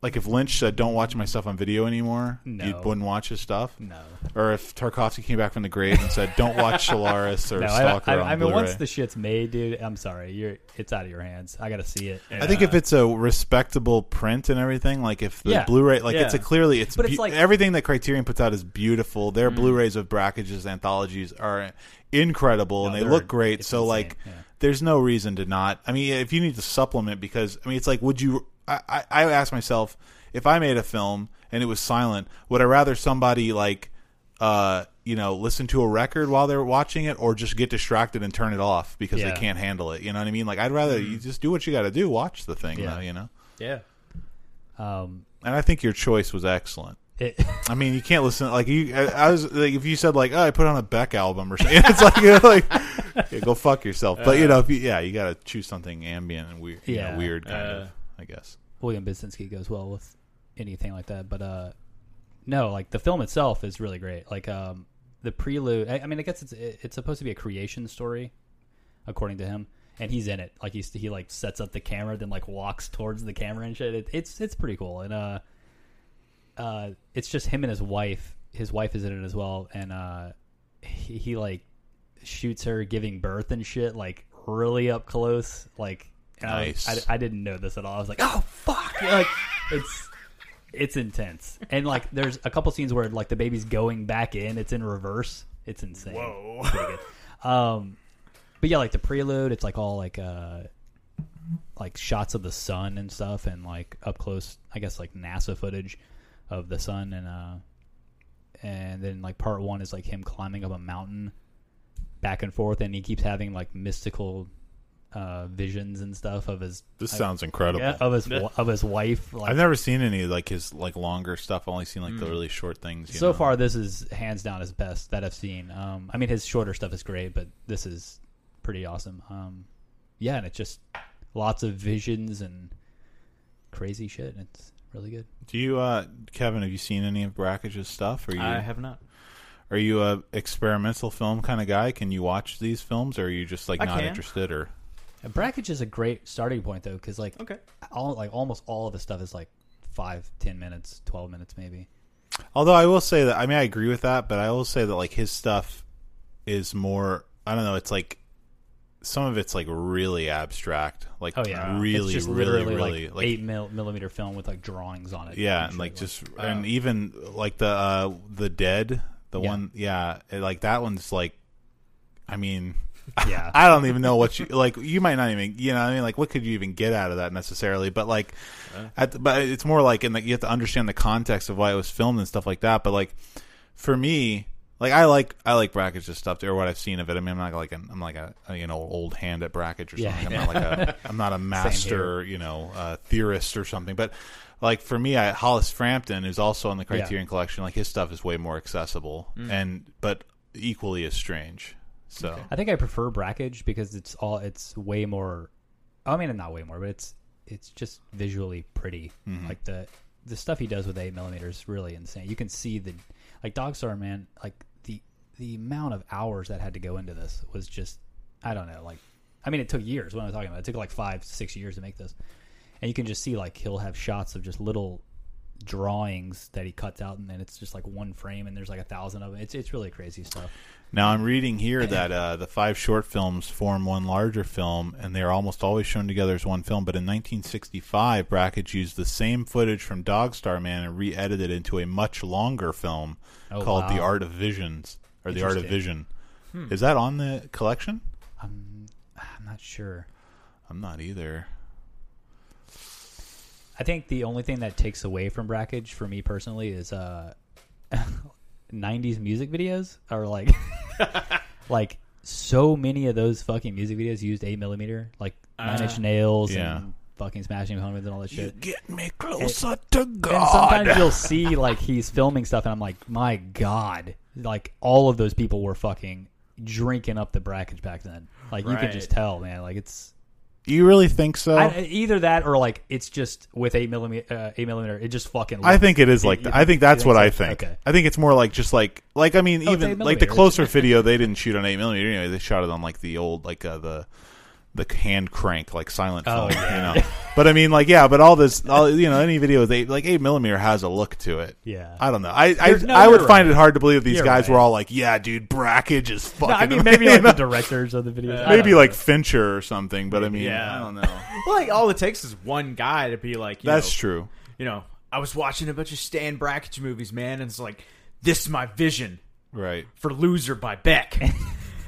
Like if Lynch said, "Don't watch my stuff on video anymore," No. you wouldn't watch his stuff. no, or if Tarkovsky came back from the grave and said, "Don't *laughs* watch Solaris or no. I, Stalker I, on I mean, Blu-ray." once the shit's made, dude, I'm sorry, you're it's out of your hands. I gotta see it. I think if it's a respectable print and everything, like if the Yeah. Blu-ray, like it's a Yeah. clearly, it's, But it's beau- like- Mm-hmm. everything that Criterion puts out is beautiful. Their Blu-rays of Brackage's anthologies are incredible No, and they they're- look great. it's So insane. like, Yeah. there's no reason to not. I mean, if you need to supplement, because I mean, it's like, would you? I, I, I ask myself, if I made a film and it was silent, would I rather somebody like, uh, you know, listen to a record while they're watching it, or just get distracted and turn it off because Yeah. they can't handle it? You know what I mean? Like, I'd rather you just do what you got to do, watch the thing, Mm-hmm. Yeah. though, you know. yeah. um, And I think your choice was excellent. it, *laughs* I mean, you can't listen like you. I, I was like, if you said like, "Oh, I put on a Beck album" or something, *laughs* it's like, you're like yeah, go fuck yourself. But you know, if you, yeah, you got to choose something ambient and weird, you know, Yeah. weird kind Uh. of, I guess. William Bisinski goes well with anything like that. But uh, no, like the film itself is really great. Like um, the prelude. I, I mean, I guess it's it- it's supposed to be a creation story, according to him, and he's in it. Like he's he like sets up the camera, then like walks towards the camera and shit. It, it's it's pretty cool. And uh, uh, it's just him and his wife. His wife is in it as well, and uh, he, he like shoots her giving birth and shit, like really up close. Like and I was- Nice. I, I didn't know this at all. I was like, oh fuck! *laughs* Like it's it's intense, and like there's a couple scenes where like the baby's going back in. It's in reverse. It's insane. Whoa. um, but yeah, like the prelude, it's like all like uh like shots of the sun and stuff and like up close I guess like NASA footage of the sun and uh and then like part one is like him climbing up a mountain back and forth and he keeps having like mystical uh visions and stuff of his This I- sounds incredible. yeah, of his of his wife like I've never seen any of, like his like longer stuff. I've only seen like the really short things. you Mm. so know. far this is hands down his best that I've seen um I mean his shorter stuff is great but this is pretty awesome um yeah and it's just lots of visions and crazy shit and it's really good do you, uh Kevin? Have you seen any of Brackage's stuff? Are you I have not. are you a experimental film kind of guy? Can you watch these films, or are you just like I not can. interested? Or And Brackage is a great starting point though, because like Okay. all like almost all of the stuff is like five, ten minutes, twelve minutes maybe. Although I will say that I mean I agree with that, but I will say that like his stuff is more I don't know, it's like some of it's like really abstract. Like Oh yeah, really, it's just really, literally really like, eight mil- millimeter film with like drawings on it. Yeah, and and shit, uh, like just and even like the uh the dead, the Yeah. one yeah, it- like that one's like I mean yeah, I don't even know what you like. You might not even, you know, what I mean, like, what could you even get out of that necessarily? But like, at the, but it's more like, and like, you have to understand the context of why it was filmed and stuff like that. But like, for me, like, I like I like Brackage's stuff or what I've seen of it. I mean, I'm not like an, I'm like a, a, you know old hand at Brackage or Yeah. something. I'm not like a I'm not a master, you know, uh, theorist or something. But like for me, I, Hollis Frampton is also on the Criterion Collection. Like his stuff is way more accessible and but equally as strange. So. I think I prefer Brackage because it's all it's way more. I mean, not way more, but it's it's just visually pretty. Like the the stuff he does with eight millimeter is really insane. You can see the like Dogstar man. Like the the amount of hours that had to go into this was just I don't know. Like I mean, it took years. What am I talking about? It took like five six years to make this, and you can just see like he'll have shots of just little drawings that he cuts out and then it's just like one frame and there's like a thousand of them it's, it's really crazy stuff Now I'm reading here that uh, the five short films form one larger film, and they are almost always shown together as one film. But in 1965, Brackage used the same footage from Dog Star Man and re-edited it into a much longer film Oh, called wow. The Art of Visions or The Art of Vision. Interesting. Is that on the collection? i'm i'm not sure I'm not either. I think the only thing that takes away from Brackage for me personally is *laughs* uh 90s music videos are *laughs* like like so many of those fucking music videos used eight millimeter, like Nine Uh, Inch Nails yeah. and fucking Smashing Pumpkins and all that shit. get me closer to And *laughs* sometimes you'll see like he's filming stuff, and I'm like, my god, like all of those people were fucking drinking up the brackage back then. Like you can Right. just tell, man. Like it's You really think so? I, I, either that or like it's just with eight millimeter, uh, eight millimeter. It just fucking. think it is like You- that. you I think you that's what so? I think. Okay. Oh, I think it's more like just like like I mean it's even 8mm, like the isn't closer video they didn't shoot on eight millimeter anyway. They shot it on like the old like uh, the the hand crank like silent Oh, film, you know. but I mean like yeah, but all this all you know any video with eight like eight millimeter has a look to it. Yeah. I don't know. I I, There's- no, I would you're find it hard to believe these You're guys right. were all like, yeah, dude, brackage is fucking. No, I mean amazing." maybe *laughs* *laughs* like the directors of the videos. I *laughs* maybe don't like Fincher or something. But I mean, Yeah. I don't *laughs* know. like all it takes is one guy to be like, you That's know, true. You know, I was watching a bunch of Stan Brackage movies, man, and it's like, this is my vision Right. for Loser by Beck,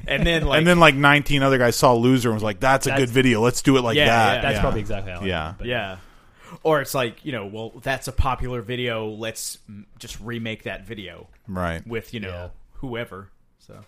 and then like, and then like 19 other guys saw Loser and was like, "That's a That's- good video. Let's do it like Yeah, that." yeah. that's Yeah. probably exactly how. it Yeah. is, but- yeah. Or it's like you know, well, that's a popular video. Let's mm, just remake that video right. with you know Yeah. whoever. So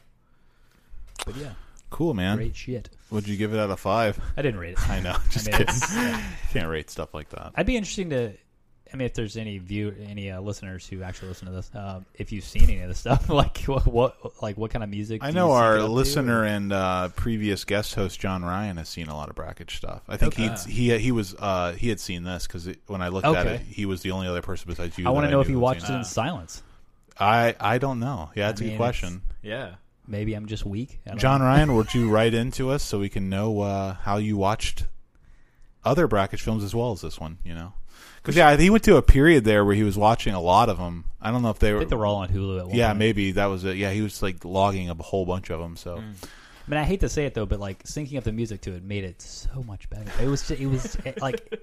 but yeah, Cool, man. great shit. Would you give it out of five? *laughs* I didn't rate it. I know. Just mean, kidding. it's- Can't rate stuff like that. I'd be interesting to. I mean, if there's any view, any uh, listeners who actually listen to this, uh, if you've seen any of this stuff, *laughs* like what, what like what kind of music? I do know you sync it our up to? listener and uh, previous guest host John Ryan has seen a lot of brackage stuff. I think Okay. he'd, he he was uh, he had seen this because when I looked at Okay. it, he was the only other person besides you. I want that to know knew if he had watched it seen in silence. I I don't know. Yeah, that's I a mean, good question. yeah, Maybe I'm just weak. I don't John know. Ryan, would you write into us so we can know uh, how you watched other brackage films as well as this one? You know, because yeah, he went to a period there where he was watching a lot of them. I don't know if they I were. think they're all on Hulu at one yeah, point. maybe that was it. Yeah, he was like logging a whole bunch of them. So Mm. I mean, I hate to say it though, but like syncing up the music to it made it so much better. It was just, it was eh, like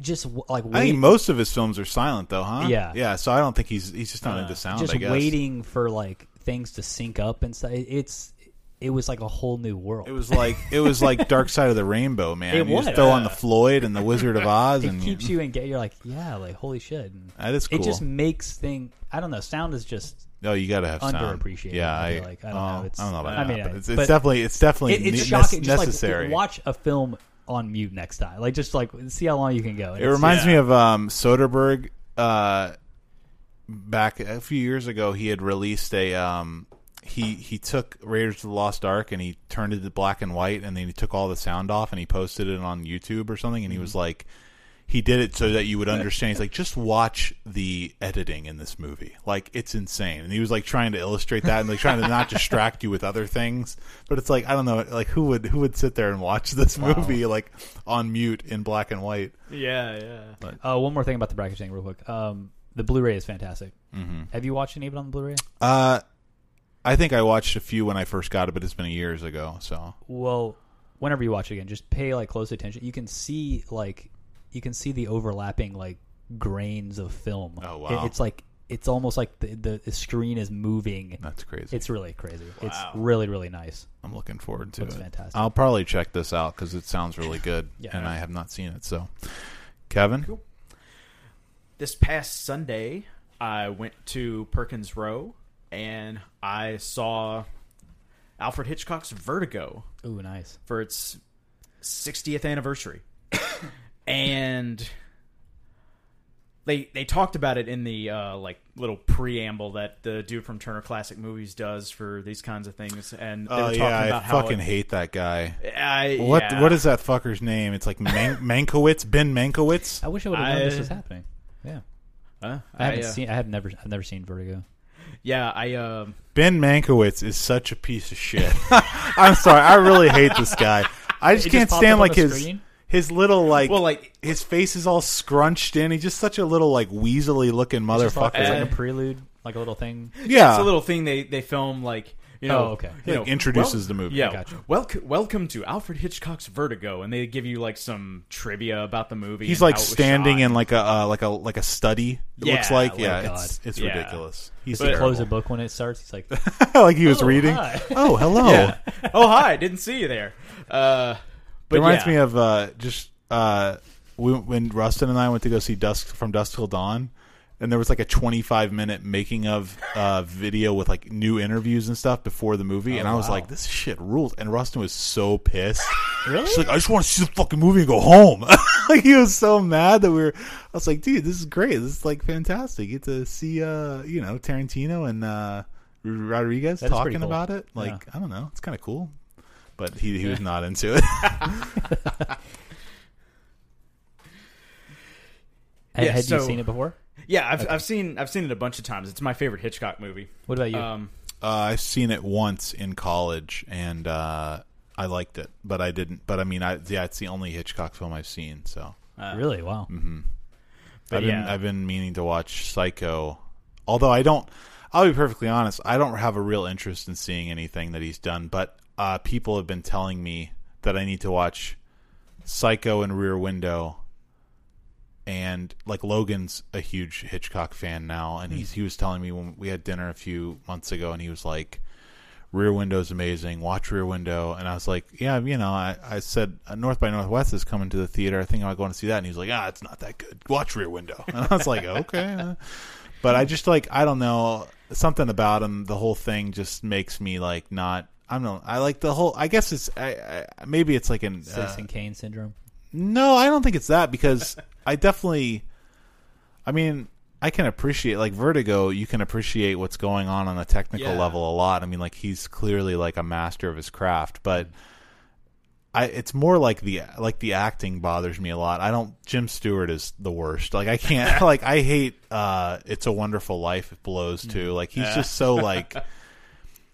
just w- like I think wait, most of his films are silent, though, huh? Yeah. Uh, yeah. So I don't think he's he's just not into sound. just I guess. waiting for like things to sync up and stuff. It's it was like a whole new world. It was *laughs* like it was like Dark Side of the Rainbow, man. It you was. just throw on the Floyd and the Wizard of Oz, *laughs* it and keeps you in. You're like, yeah, like holy shit. And That is It cool. just makes thing. I don't know. Sound is just No, you gotta have sound. Underappreciated, Yeah, I I, feel like. I don't know, oh, it's- I don't know about I that, mean, but I- it's, it's but definitely it's definitely it, ne- it's shocking. nec- just necessary. like watch a film on mute next time. Like just like see how long you can go. And it it's reminds just- me of um, Soderbergh. Uh, back a few years ago, he had released a um, he he took Raiders of the Lost Ark and he turned it to black and white, and then he took all the sound off and he posted it on YouTube or something, and he was like. He did it so that you would understand. He's like, just watch the editing in this movie. Like, it's insane. And he was like trying to illustrate that and like trying to not distract you with other things. But it's like, I don't know, like who would who would sit there and watch this movie like on mute in black and white? yeah, yeah. Uh, one more thing about the bracket thing, real quick. Um, the Blu-ray is fantastic. Mm-hmm. Have you watched any of it on the Blu-ray? Uh, I think I watched a few when I first got it, but it's been years ago. So Well, whenever you watch it again, just pay like close attention. You can see like you can see the overlapping like grains of film. Oh, It- wow. it's like it's almost like the, the, the screen is moving. that's crazy. It's really crazy. It's really really nice. I'm looking forward to Looks it. fantastic. I'll probably check this out because it sounds really good, Yeah. and I have not seen it. So, Kevin, Cool. This past Sunday, I went to Perkins Row and I saw Alfred Hitchcock's Vertigo Ooh, nice. for its 60th anniversary. *coughs* and they they talked about it in the uh, like little preamble that the dude from Turner Classic Movies does for these kinds of things and they were oh talking yeah, I about how fucking it- hate that guy. I- What yeah. what is that fucker's name? It's like *laughs* Man- Mankowitz, Ben Mankowitz. I wish I would have known this I- was happening. Yeah, Huh? I haven't uh, seen. I have never. I've never seen Vertigo. Yeah, I um Ben Mankowitz is such a piece of shit. *laughs* I'm sorry, I really hate this guy. I just It just can't popped up stand on like the his screen? his little like well like his face is all scrunched in. He's just such a little like weaselly looking It's just motherfucker. like, it's Uh, like a prelude, like a little thing. yeah, it's a little thing they they film like you know Oh, okay. you Ah. Like, know, introduces the movie. yeah Gotcha. welcome welcome to alfred hitchcock's vertigo and they give you like some trivia about the movie He's and like how it was standing shot. in like a uh, like a like a study. It Yeah, looks like oh yeah, God. it's it's Yeah. ridiculous. He's Does he terrible. close a book when it starts? He's like, *laughs* like he was "Oh, reading. hi." Oh, *laughs* hello. oh hi didn't see you there uh It but reminds yeah. me of uh, just uh, we, when Rustin and I went to go see Dusk from Dusk Till Dawn. and there was like a 25 minute making of uh, video with like new interviews and stuff before the movie, and I was Oh, wow. like, this shit rules. And Rustin was so pissed. Really? She's like, I just want to see the fucking movie and go home. *laughs* like he was so mad that we were. I was like, dude, this is great. This is like fantastic. You get to see, uh, you know, Tarantino and uh, Rodriguez That is pretty talking cool. about it. Like, Yeah. I don't know, it's kind of cool. But he he was not into it. Had, Yeah, had you so- seen it before? Yeah, I've, I've seen I've seen it a bunch of times. It's my favorite Hitchcock movie. What about you? Um, uh, I've seen it once in college, and uh, I liked it, but I didn't. But I mean, I yeah, it's the only Hitchcock film I've seen. So uh, really? Wow. But I've been yeah. I've been meaning to watch Psycho. Although I don't I'll be perfectly honest, I don't have a real interest in seeing anything that he's done, but uh, people have been telling me that I need to watch Psycho and Rear Window and like Logan's a huge Hitchcock fan now Hmm. and he's he was telling me when we had dinner a few months ago and he was like Rear Window's amazing. Watch Rear Window, and I was like, "Yeah, you know." I, I said uh, North by Northwest is coming to the theater. I think I'm going to see that, and he was like, "Ah, it's not that good. Watch Rear Window." And I was like, "Okay," but I just like I don't know something about him. The whole thing just makes me like not. I don't. know. I like the whole. I guess it's. I, I maybe it's like an uh, Citizen Kane syndrome. no, I don't think it's that because I definitely. I mean, I can appreciate like Vertigo. You can appreciate what's going on on a technical Yeah. level a lot. I mean, like he's clearly like a master of his craft, but I it's more like the like the acting bothers me a lot. I don't. Jim Stewart is the worst. Like I can't. like I hate. uh It's a Wonderful Life. It blows too. Like he's just so like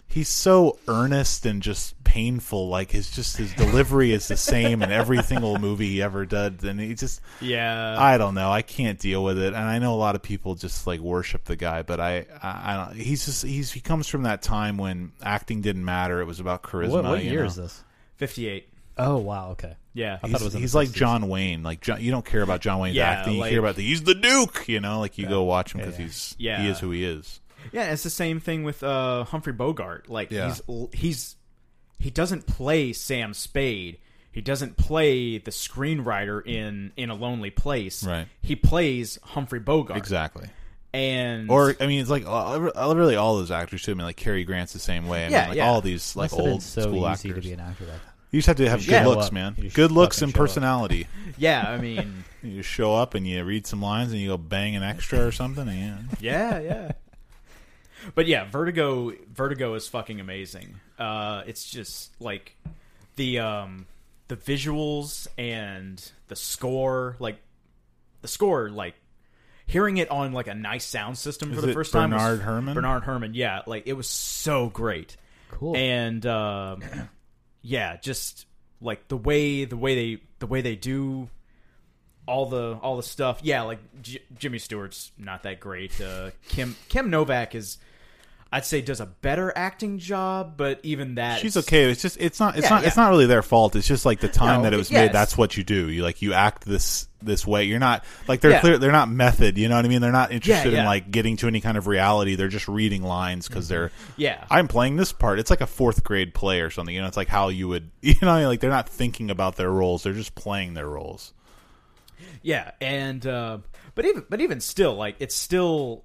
he's so earnest and just painful. Like his just his delivery is the same in every single movie he ever did, and he just yeah. I don't know. I can't deal with it, and I know a lot of people just like worship the guy, but I I, I don't. He's just he's he comes from that time when acting didn't matter. It was about charisma. What, what you year know? is this? Fifty-eight. Oh wow. Okay. Yeah. He's, it was in the he's like 60s. John Wayne. Like John, you don't care about John Wayne's Yeah, acting. You like- care about the he's the Duke. You know, like you go watch him because yeah. he's Yeah. he is who he is. Yeah, it's the same thing with uh, Humphrey Bogart. Like Yeah. he's he's he doesn't play Sam Spade. He doesn't play the screenwriter in in a lonely place. Right. He plays Humphrey Bogart. Exactly. And Or I mean, it's like all- all- really all those actors too. I mean, like Cary Grant's the same way. I Yeah, mean, like yeah. all these like Must have been old so school easy actors. to be an actor. Back you just have to have good Yeah. show looks, up. man. You just Good looks fucking and show up. personality. yeah, I mean, you just show up and you read some lines and you go bang an extra or something. And yeah. yeah, yeah. But yeah, Vertigo Vertigo is fucking amazing. Uh, it's just like the um, the visuals and the score, like the score, like hearing it on like a nice sound system for Is the it first time. was- Bernard Herrmann? Bernard Herman, yeah, like it was so great Cool. and um, *clears throat* yeah, just like the way the way they the way they do all the all the stuff. Yeah, like J- Jimmy Stewart's not that great. Uh, Kim Kim Novak is, I'd say, does a better acting job, but even that she's is- okay. It's just it's not it's Yeah, not it's yeah. not really their fault. It's just like the time No, that it was yes. made. That's what you do. You like you act this this way. You're not like they're Yeah. clear. They're not method. You know what I mean? They're not interested in yeah. like getting to any kind of reality. They're just reading lines because they're Yeah. I'm playing this part. It's like a fourth grade play or something. You know, it's like how you would *laughs* you know like they're not thinking about their roles. They're just playing their roles. Yeah, and uh, but even but even still, like it's still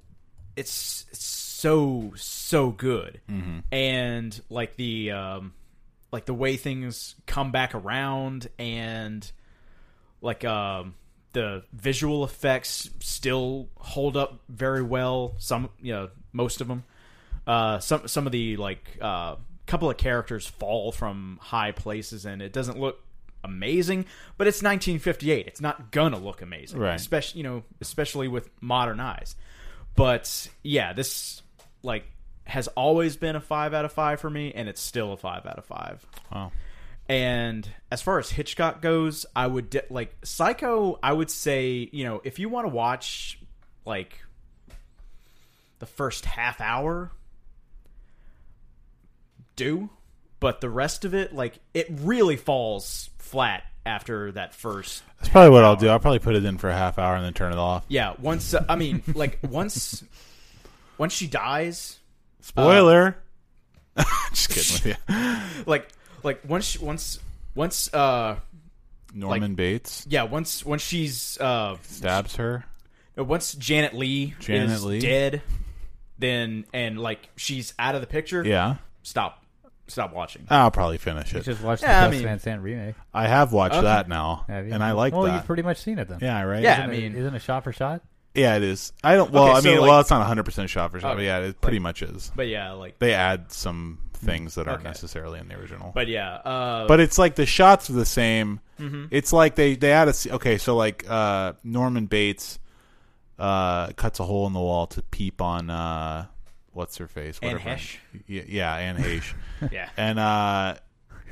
it's, it's so so good, Mm-hmm. and like the um, like the way things come back around, and like um, the visual effects still hold up very well. Some you know most of them. Uh, some some of the like uh, couple of characters fall from high places, and it doesn't look amazing. But it's 1958; it's not gonna look amazing, Right. Especially you know, especially with modern eyes. But yeah, this like has always been a five out of five for me, and it's still a five out of five. Wow. And as far as Hitchcock goes, I would de- like Psycho. I would say you know if you want to watch like the first half hour, do, but the rest of it like it really falls flat after that first That's probably what I'll do. I'll probably put it in for a half hour and then turn it off. yeah once i mean *laughs* like once once she dies Spoiler. Uh, *laughs* just kidding with *laughs* you. like like once she, once once uh Norman Bates yeah once once she's uh stabs her. once Janet Lee Janet is Leigh. dead, then and like she's out of the picture. Yeah, Stop, stop watching. I'll probably finish You it. just watched Yeah, I the Gus mean- Van Sant remake, I have watched Okay. that now, have you? and I like well, that. you've pretty much seen it then. yeah, right. Yeah. I Isn't it- mean- isn't it shot for shot? yeah, it is. I don't. Well, Okay, I so, mean, like- well, it's not 100 percent shot for shot, but Okay. yeah, it pretty much is. But yeah, like, They add some things that aren't Okay. necessarily in the original. but yeah, uh, but it's like the shots are the same. Mm-hmm. It's like they they add a s- okay, so like uh, Norman Bates uh, cuts a hole in the wall to peep on uh, what's her face, Anne Whatever. Heche. Y- yeah, Anne Heche, *laughs* yeah, *laughs* and uh,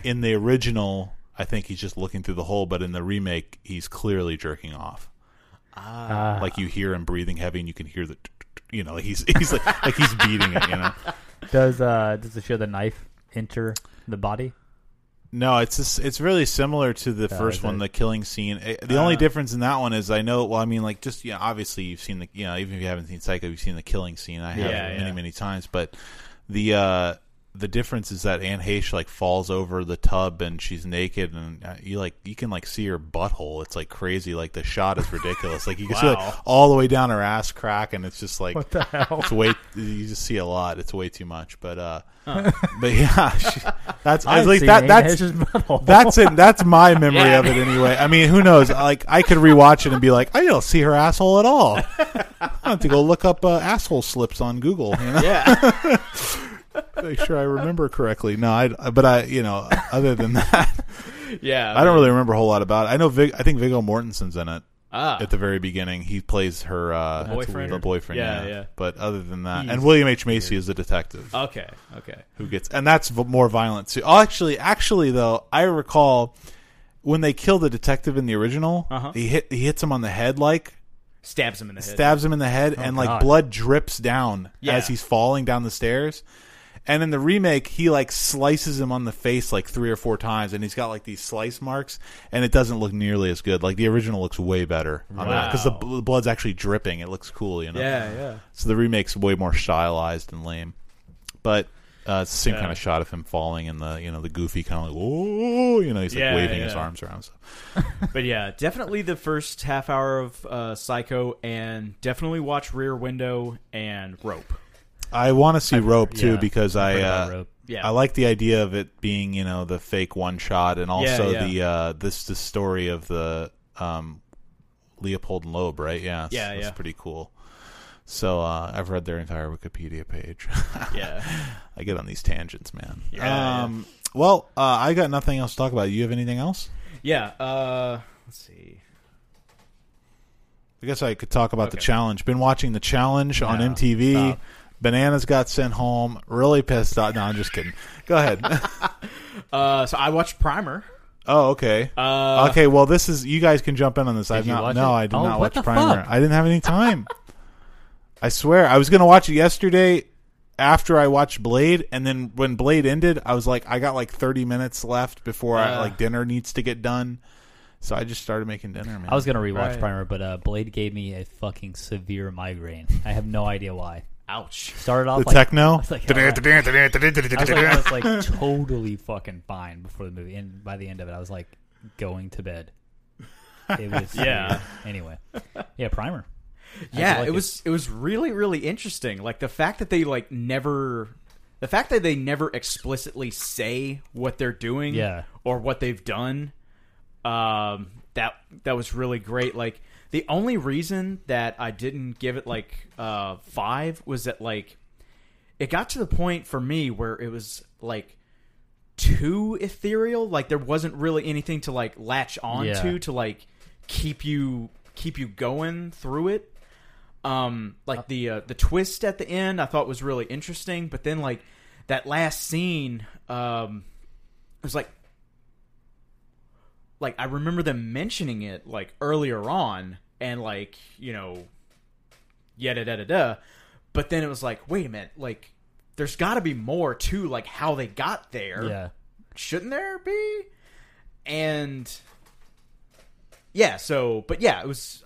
in the original, I think he's just looking through the hole, but in the remake, he's clearly jerking off. uh, Ah. Like you hear him breathing heavy, and you can hear the, t- t- t- you know, he's he's like like he's beating it, you know. Does uh does it show the knife enter the body? *laughs* No, it's just, it's really similar to the Oh, first is one, it? the killing scene. It- the only difference in that one is I know. Well, I mean, like just you know, obviously you've seen the you know even if you haven't seen Psycho, you've seen the killing scene. I have Yeah, many yeah. many times, but the uh the difference is that Anne Heche like falls over the tub and she's naked and uh, you like you can like see her butthole. It's like crazy. Like the shot is ridiculous. like you can see like Wow. all the way down her ass crack, and it's just like What *laughs* the hell? it's way you just see a lot. It's way too much, but uh, but yeah, *laughs* she, that's at least that that's that's it. That's my memory Yeah. of it anyway. I mean, who knows? Like, I could rewatch it and be like, I don't see her asshole at all. I have to go look up uh, asshole slips on Google. You know? *laughs* yeah, Make sure I remember correctly. No, I, but I, you know, other than that, yeah. I don't really remember a whole lot about it. I know, Vig, I think Viggo Mortensen's in it Ah, at the very beginning. He plays her uh, The boyfriend? the boyfriend. Yeah, Yeah, yeah. But other than that, He's and William H Macy is the detective. okay, okay. who gets and that's v- more violent too. Oh, actually, actually though, I recall when they kill the detective in the original, Uh-huh. he hit he hits him on the head like Stabs him in the head. Oh, stabs him in the head and like God. blood drips down Yeah. as he's falling down the stairs. And in the remake, he like slices him on the face like three or four times, and he's got like these slice marks, and it doesn't look nearly as good. Like the original looks way better because the, Wow. bl- the blood's actually dripping. It looks cool, you know. Yeah, yeah. So the remake's way more stylized and lame, but uh, it's the same Yeah. kind of shot of him falling and the you know the goofy kind of like oh you know he's like Yeah, waving his yeah. arms around. So. But yeah, definitely the first half hour of uh, Psycho, and definitely watch Rear Window and Rope. I want to see Rope too yeah, because I've I heard about uh, Rope. Yeah. I like the idea of it being you know the fake one shot and also yeah. the uh, this the story of the um, Leopold and Loeb right yeah it's- Yeah, that's yeah. pretty cool. So uh, I've read their entire Wikipedia page. *laughs* Yeah. I get on these tangents, man. Yeah, um, Well, uh, I got nothing else to talk about. You have anything else? yeah. Uh, let's see. I guess I could talk about the Okay. challenge. Been watching the challenge on No, MTV. stop. Bananas got sent home. Really pissed off. No, I'm just kidding. Go ahead. *laughs* Uh, so I watched Primer. oh, okay. Uh, okay, well, this is you guys can jump in on this. I've you not. watch no, it? I did Oh, not what watch the Primer. fuck? I didn't have *laughs* any time. I swear, I was gonna watch it yesterday after I watched Blade, and then when Blade ended, I was like, I got like 30 minutes left before I, Uh. like dinner needs to get done. So I just started making dinner. Man. I was gonna rewatch Right. Primer, but uh, Blade gave me a fucking severe migraine. I have no idea why. Ouch. Started off the like, I techno. was like, "Hell yeah." I was like, I was *laughs* like totally fucking fine before the movie, and by the end of it, I was like going to bed. It was *laughs* Yeah. Anyway, yeah, Primer. Yeah, like it it. was it was really really interesting. Like the fact that they like never the fact that they never explicitly say what they're doing Yeah. or what they've done um that that was really great. Like the only reason that I didn't give it like uh 5 was that like it got to the point for me where it was like too ethereal like there wasn't really anything to like latch on Yeah. to to like keep you keep you going through it um like the uh, the twist at the end i thought was really interesting but then like that last scene um it was like like i remember them mentioning it like earlier on and like you know yada da da da but then it was like wait a minute like there's got to be more to like how they got there Yeah, shouldn't there be? And yeah, so but yeah, it was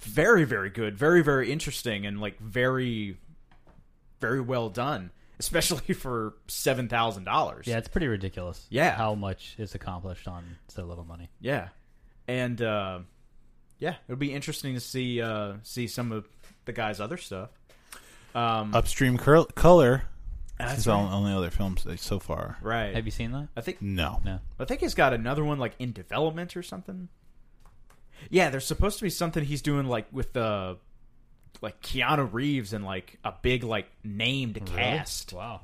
very very good, very very interesting and like very very well done, especially *laughs* for $7,000. yeah, it's pretty ridiculous. Yeah. how much is accomplished on so little money? Yeah. And uh yeah, it'll be interesting to see uh, see some of the guys' other stuff. Uh, Um, Upstream Cur- Color. that's This is the only other films so far. right. Have you seen that? I think No. No. I think he's got another one like in development or something. Yeah, there's supposed to be something he's doing like with uh, like Keanu Reeves and like a big like name to cast. Wow.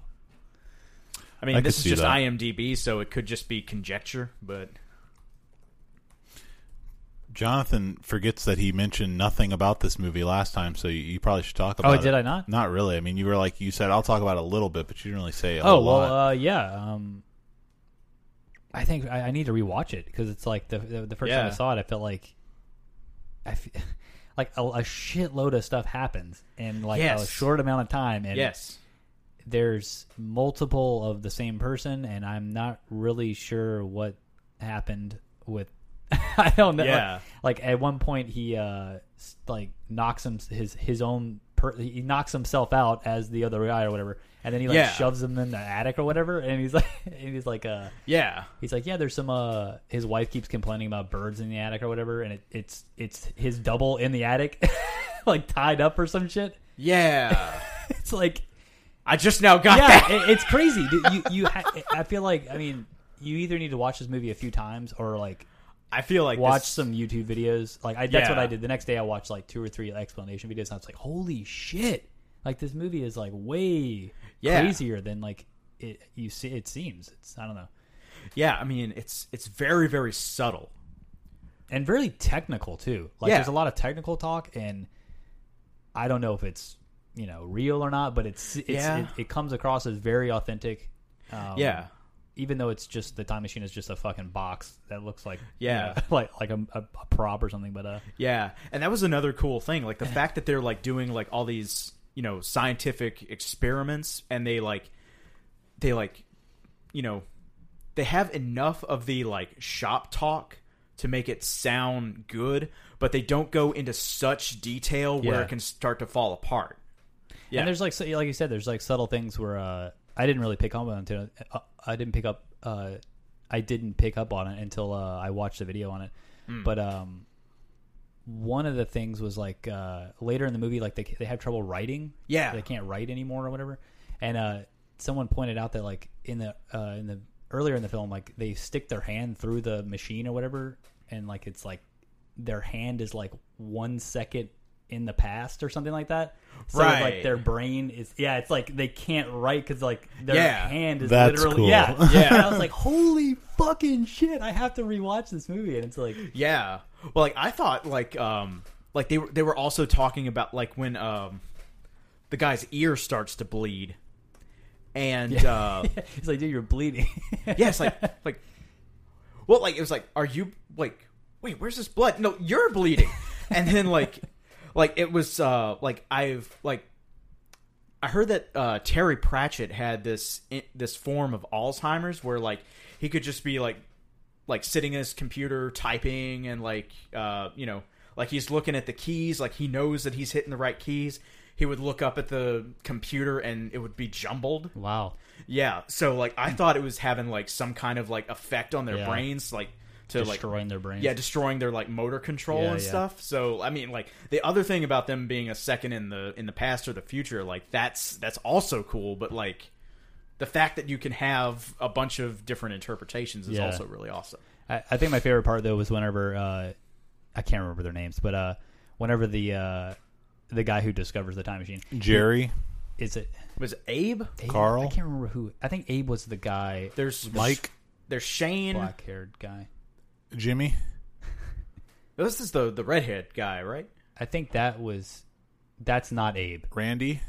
I mean, I could this is see just that. IMDb, so it could just be conjecture, but Jonathan forgets that he mentioned nothing about this movie last time, so you, you probably should talk about it. Oh, did I not? Not really. I mean, you were like, you said, I'll talk about it a little bit, but you didn't really say a Oh whole lot. well, uh, yeah. Um, I think I, I need to rewatch it because it's like the the, the first time Yeah. I saw it, I felt like I f- *laughs* like a, a shitload of stuff happens in like a Yes. short amount of time, and yes, there's multiple of the same person, and I'm not really sure what happened with. *laughs* I don't know. Yeah. Like, at one point, he uh s- like knocks him his his own per, he knocks himself out as the other guy or whatever, and then he like Yeah. shoves him in the attic or whatever, and he's *laughs* like and he's like uh yeah, he's like yeah there's some uh his wife keeps complaining about birds in the attic or whatever, and it, it's it's his double in the attic *laughs* like tied up or some shit. yeah. It's like I just now *laughs* got that. yeah, it, it's crazy. dude. You, you, ha- I feel like, I mean, you either need to watch this movie a few times or like I feel like watch this- some YouTube videos. Like I, that's what Yeah. I did. The next day, I watched like two or three explanation videos, and I was like, "Holy shit!" Like this movie is like way Yeah. crazier than like it you see. It seems. It's I don't know, Yeah, I mean, it's it's very very subtle. and very technical too. Like Yeah. there's a lot of technical talk, and I don't know if it's you know real or not, but it's, it's Yeah. it, it comes across as very authentic. Um, Yeah. even though it's just the time machine is just a fucking box that looks like you Yeah. know, *laughs* like like a, a, a prop or something but uh Yeah, and that was another cool thing, like the fact that they're like doing like all these you know scientific experiments, and they like they like you know they have enough of the like shop talk to make it sound good, but they don't go into such detail where Yeah. it can start to fall apart. Yeah, and there's like so, like you said there's like subtle things where uh i didn't really pick up on it uh, i didn't pick up uh i didn't pick up on it until uh, i watched the video on it Hmm. but um one of the things was like uh later in the movie like they, they have trouble writing Yeah. they can't write anymore or whatever and uh someone pointed out that like in the uh in the earlier in the film like they stick their hand through the machine or whatever and like it's like their hand is like one second in the past or something like that so like Right. their brain is yeah it's like they can't write because like their Yeah. hand is That's literally cool. yeah Yeah. and i was like holy fucking shit i have to rewatch this movie and it's like *laughs* Yeah. Well, like I thought, like um, like they were they were also talking about like when um, the guy's ear starts to bleed, and uh, it's like dude you're bleeding *laughs* yes, like like, well, like it was like, are you like, wait, where's this blood? No, you're bleeding, and then like, like it was uh, like I've like. I heard that uh, Terry Pratchett had this this form of Alzheimer's where like he could just be like like sitting at his computer typing and like uh you know like he's looking at the keys like he knows that he's hitting the right keys he would look up at the computer and it would be jumbled wow yeah so like i thought it was having like some kind of like effect on their Yeah. brains like to like destroying their brains yeah destroying their like motor control Yeah, and yeah. stuff so i mean like the other thing about them being a second in the in the past or the future like that's that's also cool but like the fact that you can have a bunch of different interpretations is Yeah. also really awesome I, I think my favorite part though was whenever uh, I can't remember their names, but uh, whenever the uh, the guy who discovers the time machine Jerry, is it was it Abe. Abe? Carl? I can't remember who. I think Abe was the guy, the There's Mike, There's Shane. black haired guy. Jimmy. This is the the redhead guy, right? I think that was that's not Abe. Randy.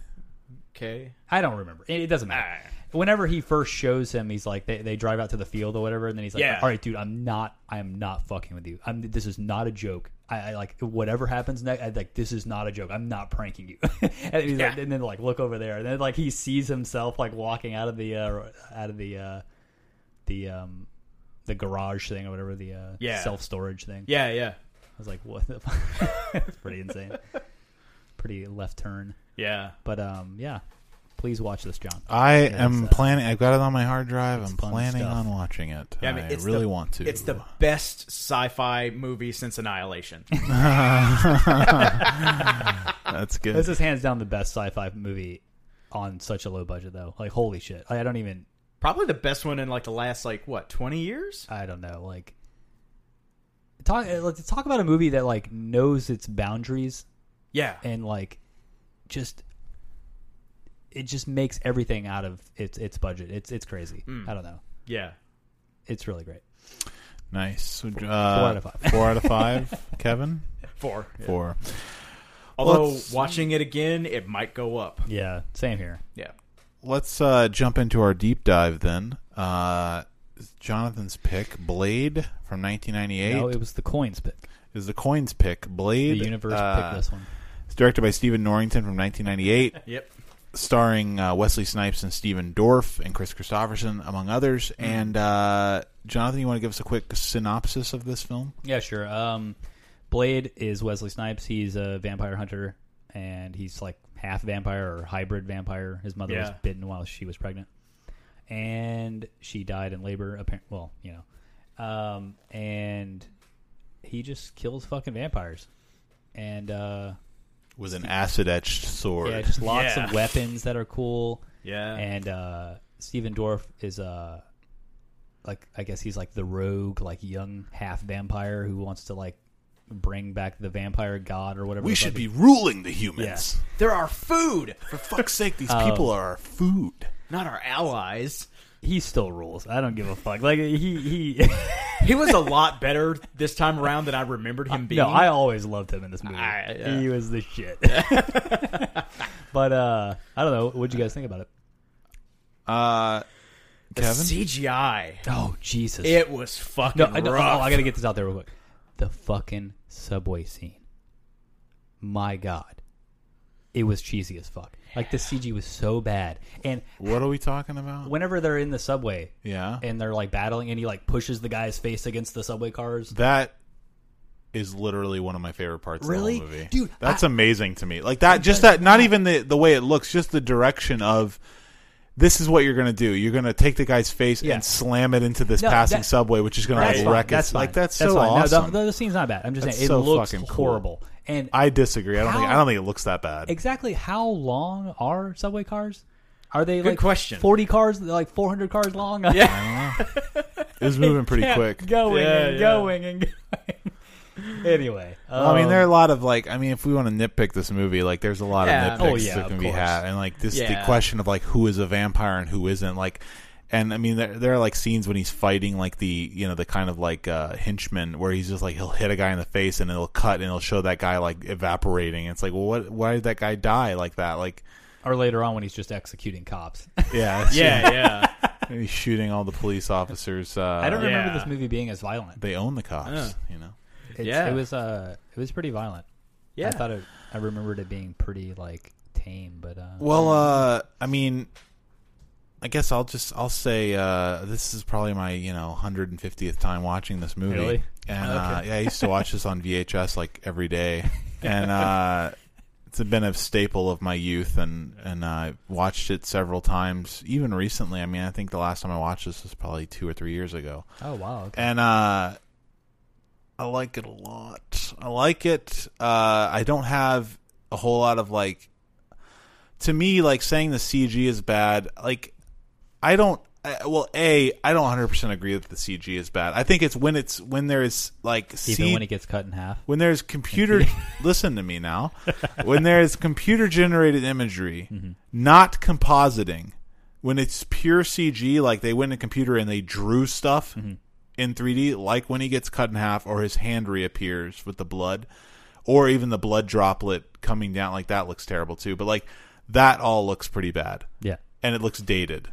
Okay. I don't remember. It, it doesn't matter. Ah. Whenever he first shows him, he's like they, they drive out to the field or whatever, and then he's like, Yeah. "All right, dude, I'm not, I am not fucking with you. I'm this is not a joke. I, I like whatever happens next. I, like this is not a joke. I'm not pranking you." *laughs* and, he's like, Yeah. and then like look over there, and then like he sees himself like walking out of the uh, out of the uh, the um the garage thing or whatever the uh, Yeah. self storage thing. Yeah, yeah, I was like, "What?" the fuck? *laughs* *laughs* It's pretty insane. pretty left turn. yeah. But um, yeah, Please watch this, John. I It's, am uh, planning. I've got it on my hard drive. I'm fun planning stuff. on watching it. Yeah, I, I mean, it's really the- want to. It's the best sci-fi movie since Annihilation. *laughs* That's good. This is hands down the best sci-fi movie on such a low budget, though. Like, holy shit! I don't even. Probably the best one in like the last like what twenty years. I don't know. Like, talk. eh, Let's talk about a movie that like knows its boundaries Yeah, and like just it just makes everything out of its its budget. It's it's crazy. I don't know. yeah. It's really great. nice. So, uh, four out of five. *laughs* four out of five. Kevin. Four. Four. Although Let's- watching it again, it might go up. Yeah, same here. Yeah. Let's uh, jump into our deep dive then. Uh, Jonathan's pick, Blade from 1998, No, it was the coins pick. is the coin's pick. The Blade. universe uh, picked this one. It's directed by Stephen Norrington from 1998, Yep. starring uh, Wesley Snipes and Stephen Dorff and Chris Christopherson, among others. Hmm. And uh, Jonathan, you want to give us a quick synopsis of this film? Yeah, sure. Um, Blade is Wesley Snipes. He's a vampire hunter, and he's like half vampire or hybrid vampire. His mother was Yeah. bitten while she was pregnant, and she died in labor. Apparent, well, you know, um, and he just kills fucking vampires, and uh, With an acid etched sword. yeah, just *laughs* lots Yeah. of weapons that are cool. Yeah. And uh, Steven Dorff is uh, like I guess he's like the rogue, like young half vampire who wants to like bring back the vampire god or whatever. we the should fuck be it- ruling the humans. They're our food, For fuck's sake, *laughs* these Oh. people are our food. not our allies. He still rules. I don't give a fuck. Like he he. *laughs* He was a lot better this time around than I remembered him being. Uh, no, I always loved him in this movie. I- yeah. He was *laughs* the shit. *laughs* but uh, I don't know. What'd you guys think about it? Uh, the Kevin? CGI. Oh Jesus! It was fucking No, I, no, rough. oh, I gotta get this out there real quick. The fucking subway scene. My God, it was cheesy as fuck. Like the CG was so bad. And What are we talking about? whenever they're in the subway yeah. and they're like battling, and he like pushes the guy's face against the subway cars. That is literally one of my favorite parts Really? of the whole movie. Dude, that's I- amazing to me. Like that just that not even the the way it looks, just the direction of this is what you're going to do. You're going to take the guy's face Yeah. and slam it into this No, passing that- subway which is going That's to fine. wreck That's us. fine. Like that's, so fine. No, the- awesome. the, the scene's not bad. I'm just That's saying it so looks fucking cool. horrible. And I disagree. I don't think How- I don't think it looks that bad. exactly how long are subway cars? Are they Good like question. forty cars? They're like four hundred cars long. *laughs* *laughs* Yeah. it was moving pretty Yeah, quick. Going Yeah, and yeah. going and *laughs* going. anyway, Well, I mean, um, there are a lot of like. I mean, if we want to nitpick this movie, like, there's a lot Yeah. of nitpicks Oh, yeah, that of can be course. had, and like this, the Yeah. question of like who is a vampire and who isn't, like, and I mean, there, there are like scenes when he's fighting like the you know the kind of like uh, henchman where he's just like he'll hit a guy in the face and it'll cut and it'll show that guy like evaporating. It's like, well, what? Why did that guy die like that? Like, or later on when he's just executing cops. *laughs* yeah, it's- yeah, yeah. *laughs* he's shooting all the police officers. Uh, I don't Yeah. remember this movie being as violent. They own the cops, Yeah. you know. It's, Yeah. it was uh, it was pretty violent. Yeah. I thought it, I remembered it being pretty like tame, but uh, Well, uh, I mean, I guess I'll just I'll say uh, this is probably my you know 150th time watching this movie, Really? and uh, Okay. yeah, I used to watch this on VHS like every *laughs* day, and uh, it's been a staple of my youth, and and I watched it several times, even recently. I mean, I think the last time I watched this was probably two or three years ago oh wow, okay. and uh I like it a lot. I like it. Uh I don't have a whole lot of like to me like saying the CG is bad. Like I don't I, well A, I don't 100% agree that the CG is bad. I think it's when it's when there is like even C- when it gets cut in half. when there's computer *laughs* listen to me now when there's computer generated imagery not compositing when it's pure cg like they went in a computer and they drew stuff in 3d like when he gets cut in half or his hand reappears with the blood or even the blood droplet coming down like that looks terrible too but like that all looks pretty bad Yeah, and it looks dated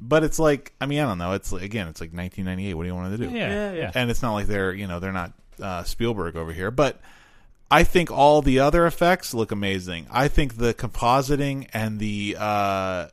but it's like i mean i don't know it's like, again it's like 1998 what do you want to do yeah, yeah. and it's not like they're you know they're not uh, Spielberg over here, but I think all the other effects look amazing. I think the compositing and the uh,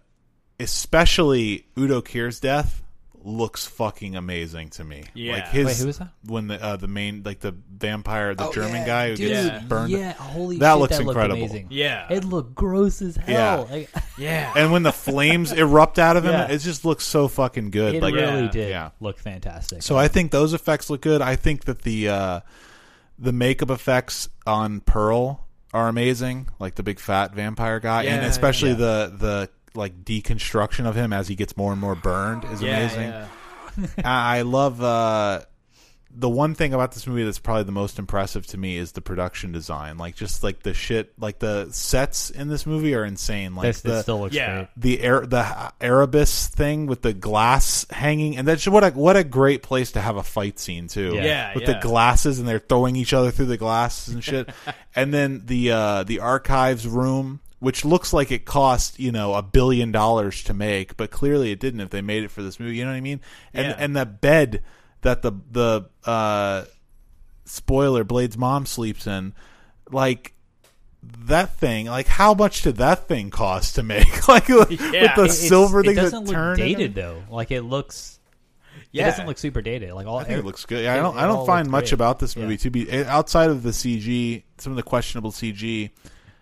especially Udo Kier's death looks fucking amazing to me. Yeah. Like his Wait, who was that? when the uh, the main like the vampire, the Oh, German yeah. guy who Dude, gets burned. Yeah, holy That shit, looks that looked incredible. amazing. Yeah. *laughs* It looked gross as hell. Yeah. Like, yeah. And when the flames erupt out of him, Yeah. it just looks so fucking good. it like really yeah. did Yeah. look fantastic. So I think those effects look good. I think that the uh, the makeup effects on Pearl are amazing, like the big fat vampire guy, and Yeah, especially the the like deconstruction of him as he gets more and more burned is yeah, amazing. yeah. I I love uh, the one thing about this movie that's probably the most impressive to me is the production design. Like just like the shit, like the sets in this movie are insane. Like That's- the it still looks yeah. great. the air the Erebus thing with the glass hanging, and that's what a what a great place to have a fight scene too. Yeah. Yeah, with yeah. the glasses and they're throwing each other through the glasses and *laughs* shit. and then the uh, the archives room, which looks like it cost you know a billion dollars to make, but clearly it didn't if they made it for this movie. You know what I mean? And Yeah. and that bed that the the uh, spoiler Blade's mom sleeps in, like that thing like how much did that thing cost to make *laughs* like with Yeah. the It- It's- silver it thing that doesn't look turned in dated them? though. Like it looks. Yeah. It doesn't look super dated. Like all I think every- it looks good. Yeah, I it- don't. it I all don't find looked much great. about this movie Yeah. to be eh, outside of the CG, some of the questionable CG,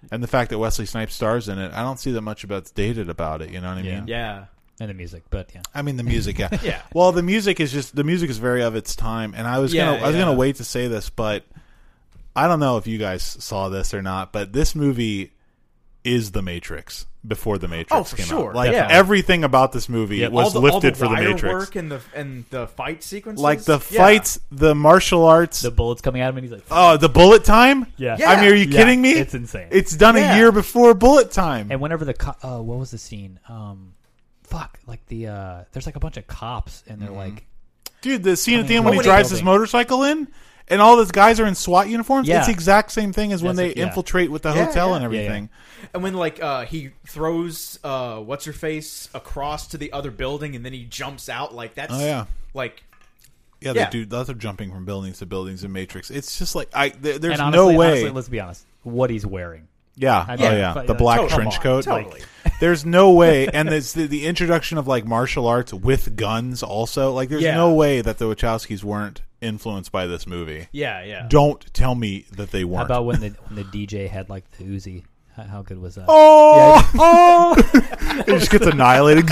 and the fact that Wesley Snipes stars in it. I don't see that much about dated about it. You know what I Yeah. mean? Yeah. and the music, but yeah, I mean the music. Yeah. *laughs* Yeah. Well, the music is just the music is very of its time, and I was gonna Yeah, I was yeah. gonna wait to say this, but I don't know if you guys saw this or not, but this movie is The Matrix before The Matrix Oh, for came sure. out. Like Yeah. everything about this movie was all the, all lifted the for The wire Matrix. work and the and the fight sequences. like the Yeah. fights, the martial arts, the bullets coming out of him, and he's like, Oh, the bullet time? Yeah. I mean, are you Yeah, kidding me? it's insane. It's done Yeah. a year before bullet time. and whenever the co- oh, what was the scene? Um, fuck, like the uh, there's like a bunch of cops, and they're Mm-hmm. like, Dude, the scene at the mean, end when he what drives would his it be? motorcycle in and all those guys are in SWAT uniforms, Yeah. it's the exact same thing as when That's they it, yeah. infiltrate with the Yeah, hotel yeah. and Yeah, yeah. everything. And when like uh, he throws uh, what's her face across to the other building, and then he jumps out like that's Oh, yeah. like Yeah, Yeah. they do lots of jumping from buildings to buildings in Matrix. It's just like I there, there's and honestly, no way. honestly, let's be honest, what he's wearing. Yeah. I oh mean, yeah. but, The uh, black totally. trench Come coat. on, Like, totally. *laughs* there's *laughs* no way, and there's the, the introduction of like martial arts with guns. Also, like, there's Yeah. no way that the Wachowskis weren't influenced by this movie. yeah Oh, yeah Don't tell me that they How weren't. about when the when *laughs* the DJ had like the Uzi? How, how good was that? oh, oh! *laughs* it just gets annihilated.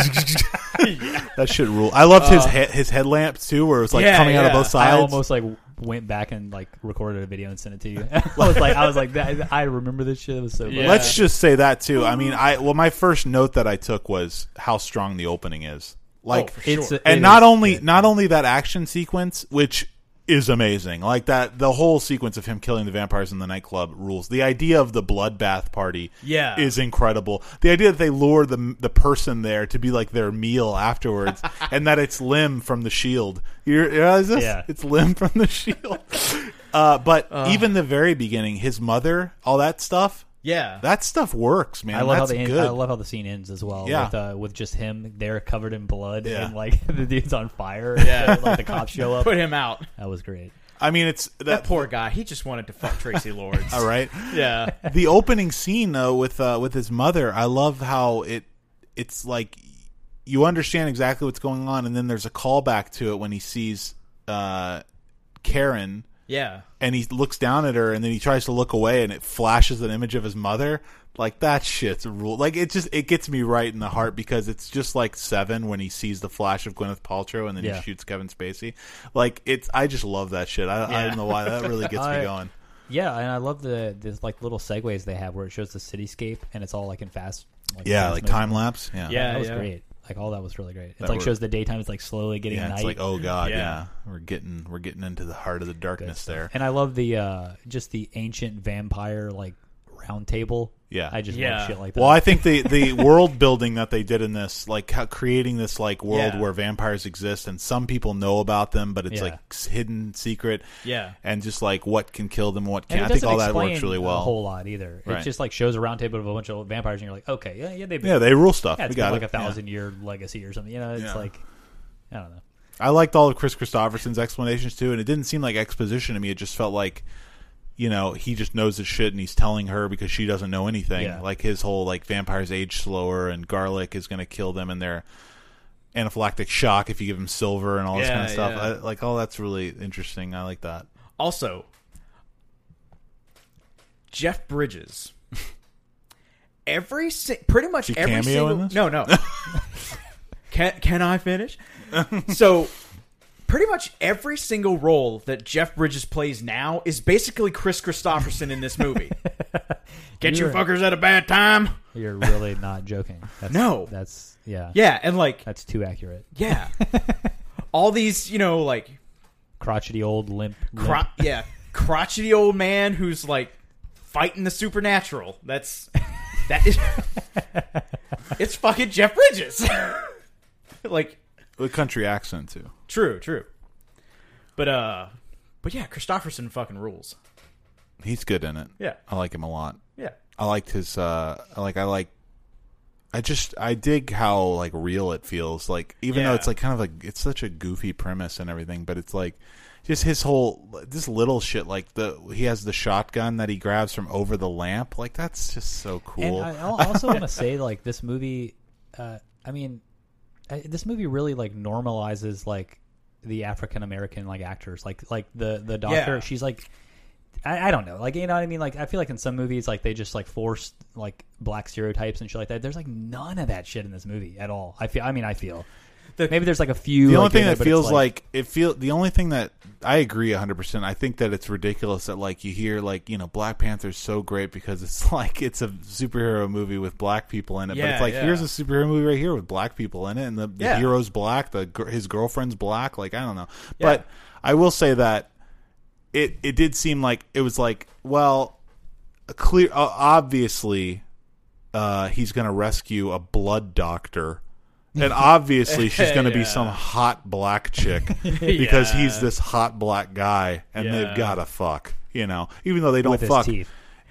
That shit rule. I loved his he- his headlamp too, where it was like Yeah, coming out of yeah. both I sides. almost like went back and like recorded a video and sent it to you. *laughs* I was like, I was like, that, I remember this shit. It was so. Yeah. funny. Let's just say that too. I mean, I well, my first note that I took was how strong the opening is. Like, Oh, for It's Sure. and it not is only good. not only that action sequence which is amazing like that the whole sequence of him killing the vampires in the nightclub rules the idea of the bloodbath party Yeah. is incredible the idea that they lure the the person there to be like their meal afterwards *laughs* and that it's limb from the shield you realize this Yeah. it's limb from the shield *laughs* uh, but even the very beginning his mother all that stuff yeah that stuff works man I love how That's the end, good I love how the scene ends as well. Yeah. With, uh, with just him there covered in blood Yeah. and like *laughs* the dude's on fire. Yeah. *laughs* And, like the cops *laughs* show up. put him out. That was great. i mean it's That that poor guy. He just wanted to fuck Tracy Lords. *laughs* all right Yeah. the opening scene though with uh, with his mother, I love how it it's like you understand exactly what's going on, and then there's a callback to it when he sees uh, Karen Yeah. and he looks down at her, and then he tries to look away, and it flashes an image of his mother. Like that shit's a rule. Like it just it gets me right in the heart because it's just like seven when he sees the flash of Gwyneth Paltrow and then Yeah. he shoots Kevin Spacey. Like it's I just love that shit. I, I Yeah. don't know why that really gets *laughs* I- me going. Yeah, and I love the this like little segues they have where it shows the cityscape and it's all like in fast. Like, Yeah, fast like motion. time lapse. Yeah, Yeah. That was great. Like all that was really great. It That like worked. shows the daytime. It's like slowly getting yeah, night. it's like oh god, Yeah. yeah. we're getting we're getting into the heart of the darkness there. And I love the uh just the ancient vampire like round table. Yeah. I just Yeah. love shit like that. Well, I think the the world building that they did in this, like how, creating this like world Yeah. where vampires exist and some people know about them, but it's Yeah. like s- hidden secret. Yeah. and just like what can kill them, what And can't. it I think doesn't all that explain works really A well. whole lot either. It Right. just like shows a round table of a bunch of vampires, and you're like, okay, yeah, yeah, they've been Yeah, they rule stuff. yeah, we it's got got like it. a thousand year legacy or something. You know, it's Yeah. like I don't know. Yeah. I liked all of Chris Christopherson's explanations too, and it didn't seem like exposition to me. It just felt like. You know, he just knows his shit, and he's telling her because she doesn't know anything. Yeah. Like his whole like vampires age slower, and garlic is going to kill them, and they're anaphylactic shock if you give him silver and all this Yeah, kind of stuff. yeah. I, like, oh, that's really interesting. I like that. Also, Jeff Bridges. Every si- pretty much Is he every cameo single in this? no no. can can I finish? so, pretty much every single role that Jeff Bridges plays now is basically Chris Christopherson in this movie. Get you You're- fuckers at a bad time. You're really not joking. That's, No. that's yeah, Yeah, and like that's too accurate. yeah, all these you know like Crotchety old limp. limp. cro- yeah, crotchety old man who's like fighting the supernatural. That's that is *laughs* it's fucking Jeff Bridges. *laughs* like With country accent too. true, true. But uh but yeah, Christopherson fucking rules. He's good in it. Yeah. I like him a lot. Yeah. I liked his. uh I Like, I like. I just I dig how like real it feels. Like even though Yeah. it's like kind of like it's such a goofy premise and everything, but it's like just his whole this little shit like the he has the shotgun that he grabs from over the lamp like that's just so And cool. I al- *laughs* also want to say, like, this movie. Uh, I mean, I, this movie really like normalizes like the African American like actors, like like the the doctor. Yeah. She's like, I, I don't know, like you know what I mean. Like I feel like in some movies, like they just like force like black stereotypes and shit like that. There's like none of that shit in this movie at all. I feel. I mean, I feel. The- Maybe there's like a few. the only like, in thing there, that but it's, feels like, it feel the only thing that I agree 100%. I think that it's ridiculous that like you hear like, you know, Black Panther's so great because it's *laughs* like it's a superhero movie with black people in it, but Yeah, it's like yeah. here's a superhero movie right here with black people in it and the, the Yeah. hero's black, the gir- his girlfriend's black, like I don't know. Yeah. But I will say that it it did seem like it was like, well, a clear uh, obviously uh, he's going to rescue a blood doctor. *laughs* And obviously, she's going to be Yeah. some hot black chick because *laughs* Yeah. he's this hot black guy, and Yeah. they've got to fuck, you know. Even though they don't with oh, fuck, his teeth.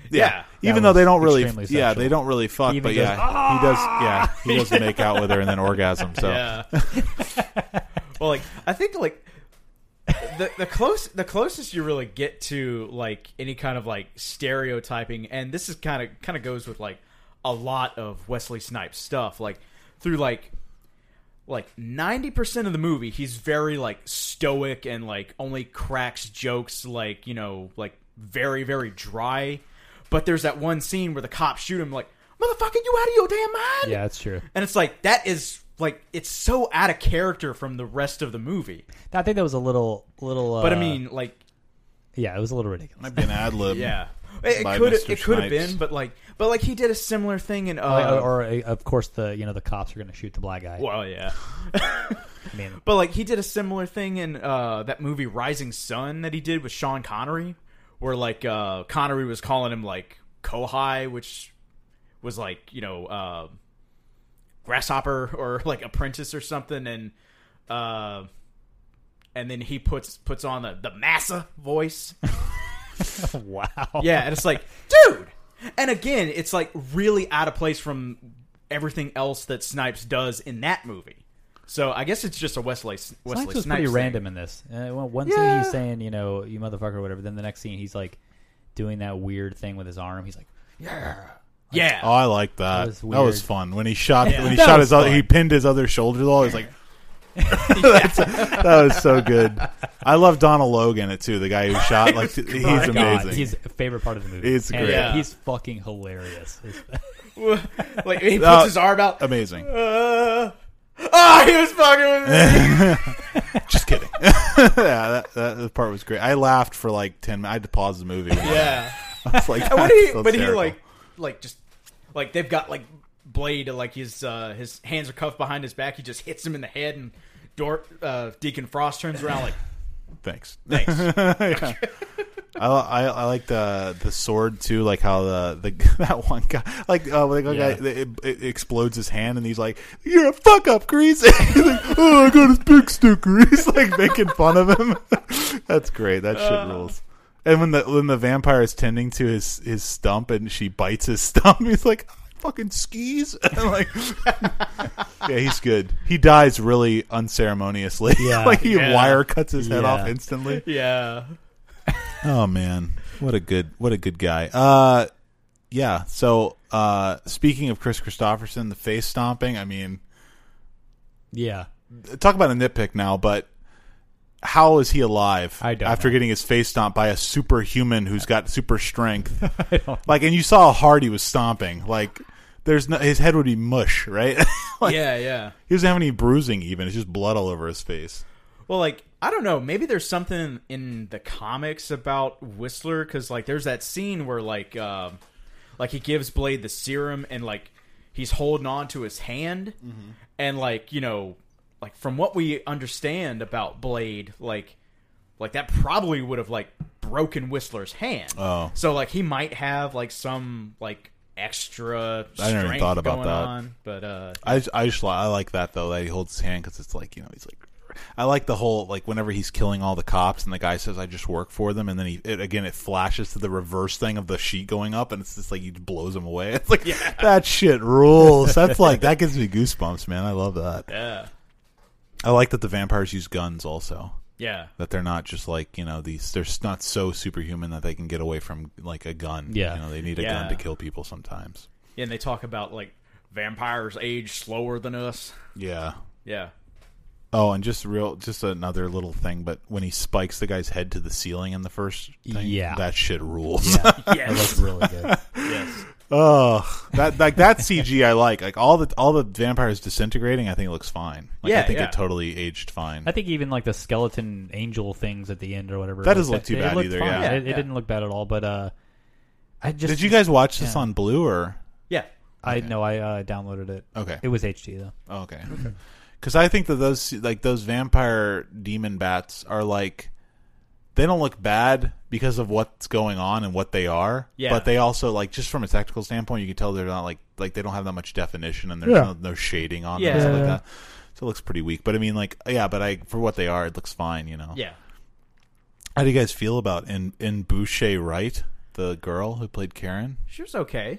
yeah. Yeah. Even That though they was don't really, extremely yeah, sexual. they don't really fuck, even but goes, yeah, "Ah!" he does, yeah, he does make out with her and then orgasm. So Yeah. well, like I think like the the close the closest you really get to like any kind of like stereotyping, and this is kind of kind of goes with like a lot of Wesley Snipes stuff, like through like like 90% of the movie he's very like stoic and like only cracks jokes like you know like very very dry but there's that one scene where the cops shoot him like motherfucker you out of your damn mind Yeah, that's true. and it's like that is like it's so out of character from the rest of the movie. I think that was a little little. Uh, But I mean, like yeah, it was a little ridiculous. might be an ad lib. yeah, it By could Mr. it could have Snipes. been, but like but like he did a similar thing in uh, Or- or, uh, of course the you know the cops are going to shoot the black guy. well yeah, I *laughs* mean, but like he did a similar thing in uh, that movie Rising Sun that he did with Sean Connery, where like uh, Connery was calling him like Kohai, which was like you know uh, grasshopper or *laughs* like apprentice or something, and uh, and then he puts puts on the the massa voice. wow. Yeah, and it's like, *laughs* dude. And again, it's like really out of place from everything else that Snipes does in that movie. So I guess it's just a Wesley Wesley Snipes Snipes, was pretty thing. random in this. Uh, well, one scene Yeah. he's saying, you know, you motherfucker or whatever. Then the next scene he's like doing that weird thing with his arm. He's like, Yeah, Oh, I like that. That was was, weird. fun when he shot. Yeah. When he That shot was his, other, fun. he pinned his other shoulder to the wall. *laughs* He's like, *laughs* That's, that was so good. I love Donald Logan it too. The guy who shot *laughs* like he's "My amazing. God, he's a favorite part of the movie. He's And great. Yeah. He's fucking hilarious. It's- *laughs* *laughs* like he puts Oh. his arm out. amazing. Uh, oh, he was fucking. With me. Just kidding. *laughs* yeah, that, that, that part was great. I laughed for like ten. minutes. I had to pause the movie. yeah, I was like, and when "That's he, so but he hysterical." like, like just like they've got like blade, like his uh, his hands are cuffed behind his back. He just hits him in the head, and Dor- uh, Deacon Frost turns around like, *laughs* thanks. thanks. *laughs* Yeah. I, I I like the the sword too, like how the, *laughs* the that one guy like uh, when the Yeah. guy it, it explodes his hand and he's like, "You're a fuck up, Grease." *laughs* He's like, oh, I got his big stick, *laughs* Grease, like making fun of him. *laughs* That's great. That shit Uh. rules. And when the when the vampire is tending to his his stump and she bites his *laughs* stump, he's like, "Ah, "Fucking skis!" *laughs* And like, yeah, he's good. He dies really unceremoniously. *laughs* Yeah. like he Yeah. wire cuts his head Yeah. off instantly. yeah, Oh man, what a good what a good guy. Uh, yeah. So uh, speaking of Chris Christopherson, the face stomping. I mean, *laughs* Yeah. Talk about a nitpick now, but how is he alive I don't after know. getting his face stomped by a superhuman who's got super strength? *laughs* I don't like, and you saw how hard he was stomping. Like, there's no, his head would be mush, right? *laughs* like, yeah, yeah. He doesn't have any bruising, even. It's just blood all over his face. Well, like I don't know. Maybe there's something in the comics about Whistler because like there's that scene where like um, like he gives Blade the serum and like he's holding on to his hand Mm-hmm. and like you know like from what we understand about Blade like like that probably would have like broken Whistler's hand. Oh. so like he might have like some like extra. I never even strength thought about going that. on, but uh, I just, I just li- I like that though that he holds his hand because it's like you know he's like I like the whole like whenever he's killing all the cops and the guy says I just work for them and then he it, again it flashes to the reverse thing of the sheet going up and it's just like he blows him away. *laughs* It's like that shit rules. That's like that gives me goosebumps, man. I love that. yeah, I like that the vampires use guns also. yeah, That they're not just like you know these they're s- not so superhuman that they can get away from like a gun. Yeah. you know they need a Yeah. gun to kill people sometimes. and they talk about like vampires age slower than us. Yeah, Yeah. Oh, and just real, just another little thing. But when he spikes the guy's head to the ceiling in the first, thing, Yeah. that shit rules. *laughs* Yeah. It Yes. looked really good. yes. Oh, that like that CG I like. Like all the all the vampires disintegrating, I think it looks fine. Like I Yeah, think yeah. it totally aged fine. I think even like the skeleton angel things at the end or whatever. That like, doesn't look too it bad looked either, fine. yeah. It, it Yeah. didn't look bad at all. But uh, I just Did you guys watch this yeah. on Blue or? Yeah. I no, I uh, downloaded it. Okay. It was HD though. Oh, okay. Because I think that those like those vampire demon bats are like they don't look bad because of what's going on and what they are. Yeah. But they also like just from a tactical standpoint, you can tell they're not like like they don't have that much definition and there's Yeah. no, no shading on them Yeah. and stuff Yeah. like that. So it looks pretty weak. But I mean, like yeah, but I for what they are, it looks fine. You know. Yeah. How do you guys feel about in in Boucher Wright, the girl who played Karen? She was okay.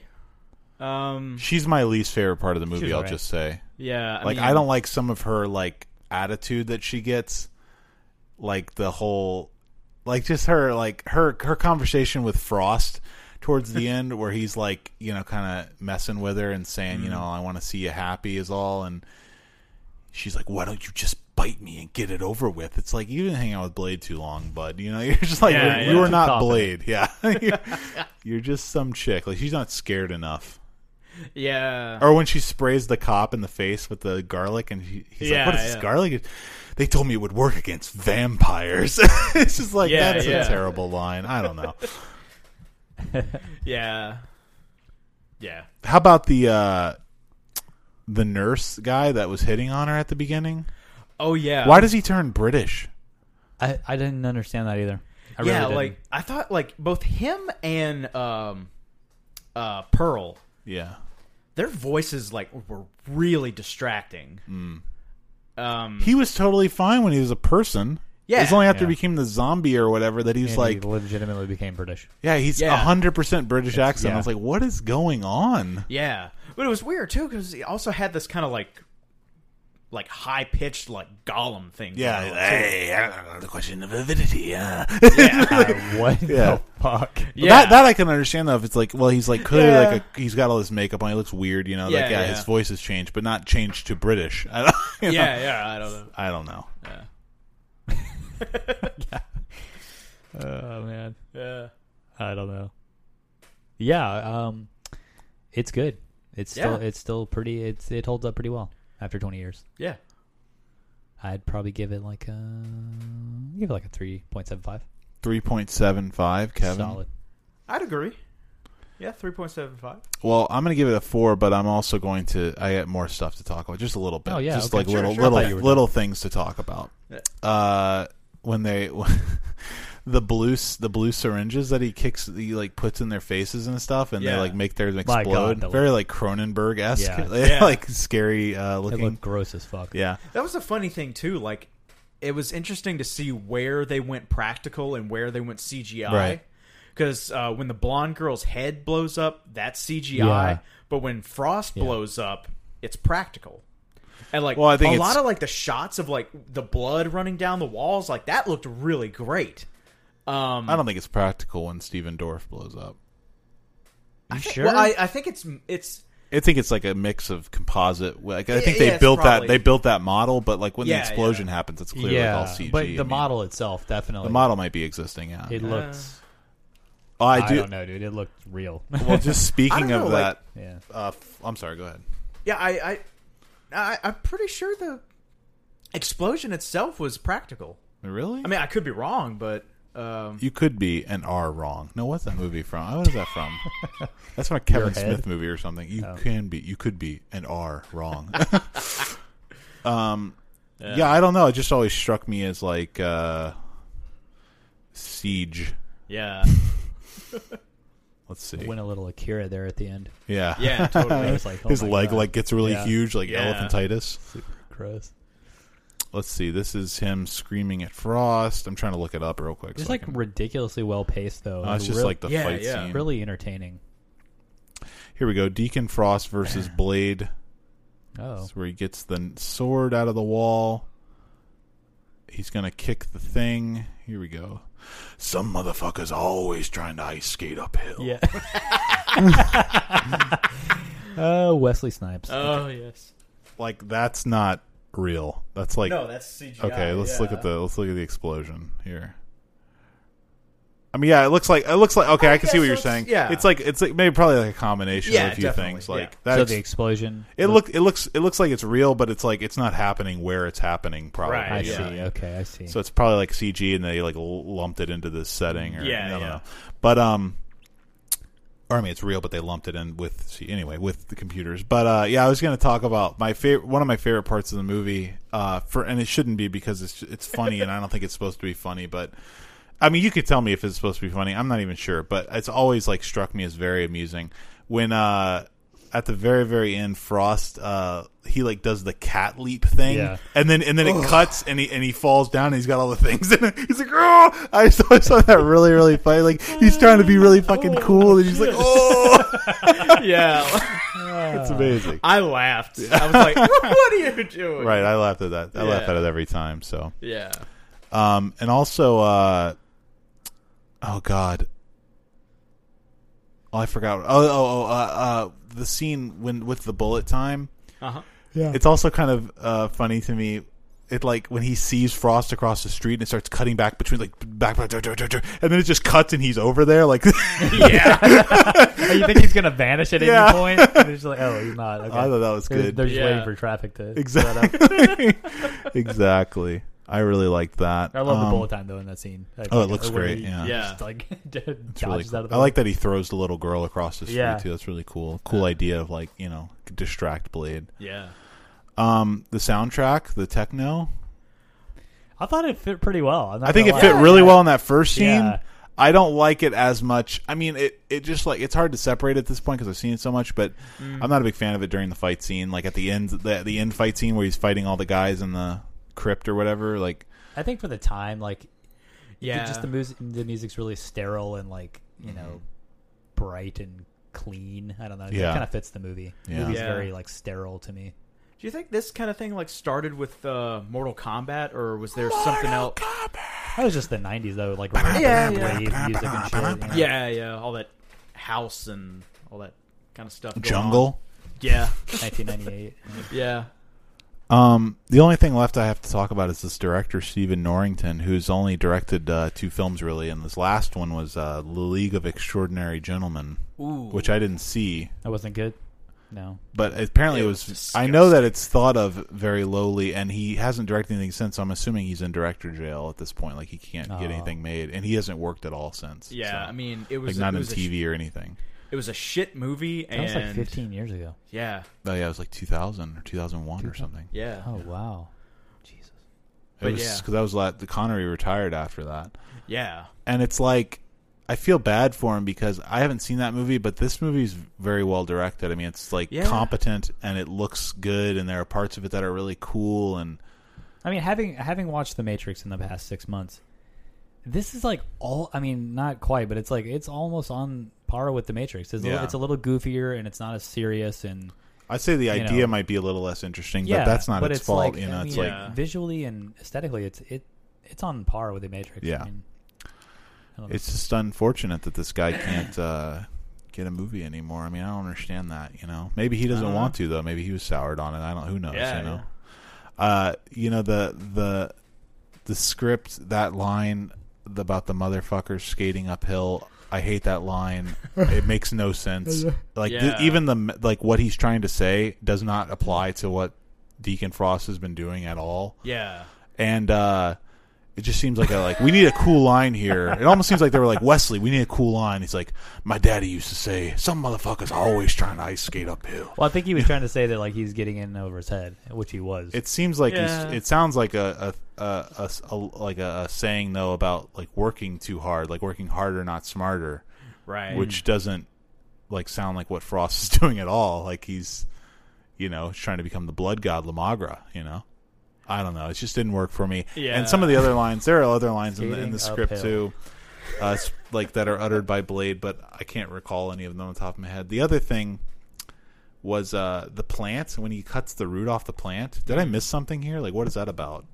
Um. She's my least favorite part of the movie. She's I'll alright. just say. Yeah. I like mean, I don't like some of her like attitude that she gets, like the whole, like just her like her her conversation with Frost towards *laughs* the end where he's like you know kind of messing with her and saying Mm-hmm. you know I want to see you happy is all and she's like why don't you just bite me and get it over with it's like you didn't hang out with Blade too long bud you know *laughs* you're just like Yeah, you- yeah. you were not Confident. Blade *laughs* yeah *laughs* you're, you're just some chick like she's not scared enough Yeah. or when she sprays the cop in the face with the garlic, and he, he's like, Yeah, "What is yeah. this garlic?" They told me it would work against vampires. *laughs* it's just like Yeah, that's yeah. a terrible line. I don't know. yeah. Yeah. How about the uh, the nurse guy that was hitting on her at the beginning? Oh yeah. Why does he turn British? I, I didn't understand that either. I yeah. really didn't. like I thought, like both him and um, uh, Pearl, Yeah, their voices like were really distracting. Um. he was totally fine when he was a person. Yeah. it's only after Yeah. he became the zombie or whatever that he was And like, he legitimately became British. yeah, he's Yeah. hundred percent British accent. yeah. I was like, what is going on? Yeah, but it was weird too because he also had this kind of like, like high pitched like Gollum thing. Yeah, going on, hey, uh, the question of avidity. Yeah. *laughs* too. yeah, Uh, *laughs* *laughs* what Yeah. the fuck? yeah. That that I can understand though. If it's like, well, he's like clearly like a, he's got all this makeup on. He looks weird, you know. Yeah, like yeah, yeah. his voice has changed, but not changed to British. *laughs* I don't, you know? yeah, yeah. I don't know. I don't know. Oh man, Yeah, I don't know. Yeah, um, it's good. It's still Yeah. it's still pretty. It's it holds up pretty well after 20 years. yeah. I'd probably give it like a give it like a 3.75. Three point seven five, Kevin. Solid. I'd agree. Yeah, three point seven five. Well, I'm going to give it a four, but I'm also going to. I got more stuff to talk about, just a little bit. Oh, yeah, just okay. like Sure, little sure. I thought you little were little things to talk about. Yeah. Uh, when they *laughs* the blue s- the blue syringes that he kicks, he like puts in their faces and stuff, and they Yeah. like make theirs God, explode. that Very like Cronenberg esque, Yeah. *laughs* Yeah. like scary uh, It looking. looked gross as fuck. Yeah. That was a funny thing too. Like, it was interesting to see where they went practical and where they went CGI. Right. Because uh, when the blonde girl's head blows up, that's CGI. Yeah. But when Frost Yeah. blows up, it's practical. And like, Well, I think a it's- lot of like the shots of like the blood running down the walls, like that looked really great. Um, I don't think it's practical when Steven Dorff blows up. You thi- sure? Well, I, I think it's it's I think it's like a mix of composite. Like I Yeah, think yeah, they it's built probably- that they built that model, but like when Yeah, the explosion yeah. happens, it's clearly yeah, all CG. but I the mean, model itself definitely the model might be existing. Yeah, It Uh, looks. oh, I, I do. don't know, dude. It looked *laughs* real. well, just I speaking don't of know, like- that, yeah. uh, f- I'm sorry. Go ahead. Yeah, I, I, I, I'm pretty sure the explosion itself was practical. Really? I mean, I could be wrong, but um, you could be and are wrong. No, what's that movie from? Oh, What is that from? That's from a Kevin head? Smith movie or something. You Oh. can be, you could be, and are wrong. um, yeah. I don't know. It just always struck me as like uh, siege. yeah, Let's see. Went a little Akira there at the end. yeah, *laughs* yeah, I totally. was like, oh His my leg God. like gets really Yeah. huge, like Yeah. elephantitis. gross. Let's see. This is him screaming at Frost. I'm trying to look it up real quick. Just so I like can- ridiculously well paced though. No, it's just Real- like the Yeah, fight yeah. scene. really entertaining. Here we go. Deacon Frost versus Blade. Oh, That's where he gets the n- sword out of the wall. He's gonna kick the thing. Here we go. Some motherfuckers always trying to ice skate uphill. *laughs* yeah. *laughs* Oh, Wesley Snipes. Uh, oh yes. Like that's not real. That's like no, that's CGI. okay. let's look at yeah. the let's look at the explosion here. I mean, yeah, it looks like it looks like okay. I, can guess see what you're it's- saying. yeah. it's like it's like maybe probably like a combination Yeah, of a few definitely, things. yeah. Like so that's the explosion. it look it looks it looks like it's real, but it's like it's not happening where it's happening. Probably Right, I you know? see. Okay, I see. *laughs* So it's probably like CG, and they like l- lumped it into this setting, or Yeah, I don't yeah. know. But um, or I mean, it's real, but they lumped it in with see, anyway with the computers. But uh, yeah, I was going to talk about my favorite, one of my favorite parts of the movie. Uh, for and it shouldn't be because it's it's funny, and I don't think it's supposed to be funny. But I mean, you could tell me if it's supposed to be funny. I'm not even sure, but it's always like struck me as very amusing when uh at the very very end Frost uh he like does the cat leap thing Yeah. and then and then it cuts and he and he falls down and he's got all the things in it. *laughs* He's like, "Oh, I saw, I saw that really really funny. Like he's trying to be really fucking cool and he's like, "Oh, *laughs* yeah, it's amazing." I laughed. I *laughs* was like, "What are you doing?" Right, I laughed at that. I laugh Yeah. at it every time, so. Yeah. Um, and also, uh, oh god, oh, I forgot. Oh, oh, oh uh, uh, the scene when with the bullet time. Uh Uh-huh. huh. Yeah. It's also kind of uh, funny to me. It like when he sees Frost across the street and it starts cutting back between like back, back, back, back, back, back, and then it just cuts and he's over there *laughs* like *laughs* Yeah. oh, you think he's gonna vanish at Yeah. any point? And it's just like, oh, he's not. Okay. I thought that was They're- good. They're just Yeah. waiting for traffic to. exactly, *laughs* exactly. I really liked that. I love Um, the bullet time though in that scene. Like, Oh, it looks where great. he Yeah, yeah. Just like *laughs* dodges It's really out cool. of the I like that he throws the little girl across the street Yeah. too. That's really cool. Cool idea of like you know distract Blade. Yeah. Um, the soundtrack, the techno. I thought it fit pretty well. I'm not I think it gonna fit lie. really well in that first scene. Yeah. I don't like it as much. I mean, it it just like it's hard to separate at this point because I've seen it so much. But Mm. I'm not a big fan of it during the fight scene, like at the end the the end fight scene where he's fighting all the guys in the crypt or whatever. Like I think for the time, like Yeah. just the music, the music's really sterile and like you know, bright and clean. I don't know. It Yeah. kind of fits the movie. The Yeah. movie's Yeah. very like sterile to me. Do you think this kind of thing like started with uh, Mortal Kombat, or was there something else? That was just the '90s though, like Yeah, rave yeah. music and shit. you know? Yeah, yeah, all that house and all that kind of stuff. going on. jungle. Yeah, 1998. *laughs* yeah. Um, the only thing left I have to talk about is this director Stephen Norrington, who's only directed uh, two films really, and this last one was uh, *The League of Extraordinary Gentlemen*, Ooh. which I didn't see, That wasn't good. No. but apparently It it was was. I know disgusting. that it's thought of very lowly, and he hasn't directed anything since. So I'm assuming he's in director jail at this point; like he can't Oh. get anything made, and he hasn't worked at all since. Yeah, so, I mean, it was like not it in was a sh- TV or anything. it was a shit movie, That and was like 15 years ago. Yeah, Oh yeah, it was like 2000 or 2001 or something. yeah, Oh wow. Jesus. But It was yeah. because that was la- the Connery retired after that. yeah, and it's like I feel bad for him because I haven't seen that movie, but this movie's very well directed. I mean, it's like Yeah. competent and it looks good, and there are parts of it that are really cool. And I mean, having having watched The Matrix in the past six months, this is like all. I mean, not quite, but it's like it's almost on par with The Matrix. It's, a, Yeah. little, it's a little goofier and it's not as serious and I'd say the You idea know. might be a little less interesting, yeah, but that's not but its, it's fault. Like, you know, I it's mean, like Yeah. visually and aesthetically, it's it it's on par with The Matrix. Yeah. I mean, I don't know. it's just unfortunate that this guy can't uh, get a movie anymore. I mean, I don't understand that. You know, maybe he doesn't don't want to though. Maybe he was soured on it. I don't. Who knows? Yeah, you know. Uh, you know the the the script that line about the motherfuckers skating uphill. I hate that line. it makes no sense. Like th- Yeah. even the like what he's trying to say does not apply to what Deacon Frost has been doing at all yeah. and uh, it just seems like a like we need a cool line here. It almost seems like they were like Wesley, we need a cool line. He's like, my daddy used to say, some motherfuckers are always trying to ice skate uphill. Well, I think *laughs* he was trying to say that like he's getting in over his head, which he was. It seems like he's- Yeah. it sounds like a a, a, a, a like a, a saying though about like working too hard, like working harder, not smarter, Right. which doesn't like sound like what Frost is *laughs* doing at all. Like he's you know trying to become the blood god Lamagra. You know, I don't know. It just didn't work for me. Yeah. And some of the other lines, there are other lines in the, in Skating the script uphill. too, uh, s- like that are uttered by Blade, but I can't recall any of them on the top of my head. The other thing was uh, the plant when he cuts the root off the plant. Did I miss something here? Like, what is that about?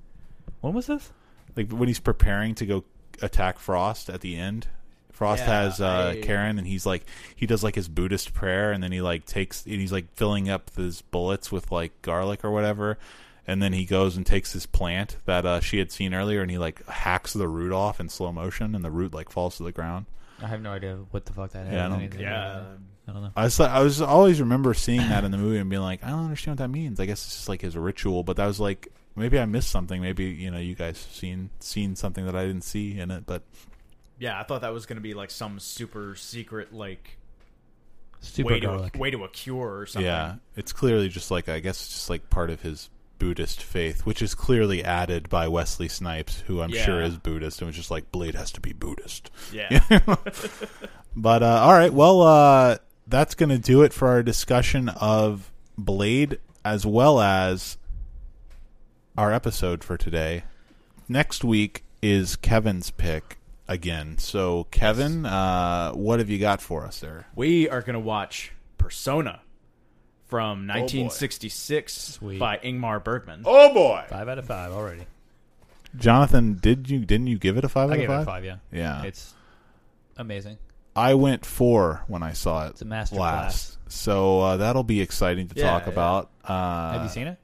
when was this? Like when he's preparing to go attack Frost at the end. Frost Yeah, has uh, I- Karen, and he's like he does like his Buddhist prayer, and then he like takes and he's like filling up his bullets with like garlic or whatever, and then he goes and takes this plant that uh, she had seen earlier, and he like hacks the root off in slow motion, and the root like falls to the ground. I have no idea what the fuck that has. Yeah, I don't- anything to do with yeah. it. I don't know. I was I was always remember seeing that in the movie and being like, I don't understand what that means. I guess it's just like his ritual, but that was like maybe I missed something. Maybe you know you guys seen seen something that I didn't see in it, but Yeah, I thought that was going to be like some super secret like Super way garlic. to a, way to a cure or something. Yeah, it's clearly just like I guess it's just like part of his Buddhist faith, which is clearly added by Wesley Snipes, who I'm Yeah. sure is Buddhist, and was just like Blade has to be Buddhist. *laughs* Yeah. But uh, all right, well, uh, that's gonna do it for our discussion of Blade, as well as our episode for today. Next week is Kevin's pick again. So, Kevin, uh, what have you got for us there? we are going to watch Persona from 1966 Sweet. by Ingmar Bergman. Oh boy, Five out of five already. Jonathan, did you didn't you give it a five I out of gave it a five? five. Yeah. Yeah. It's amazing. I went four when I saw it It's a master last, so uh, that'll be exciting to Yeah, talk yeah. about. Uh, Have you seen it?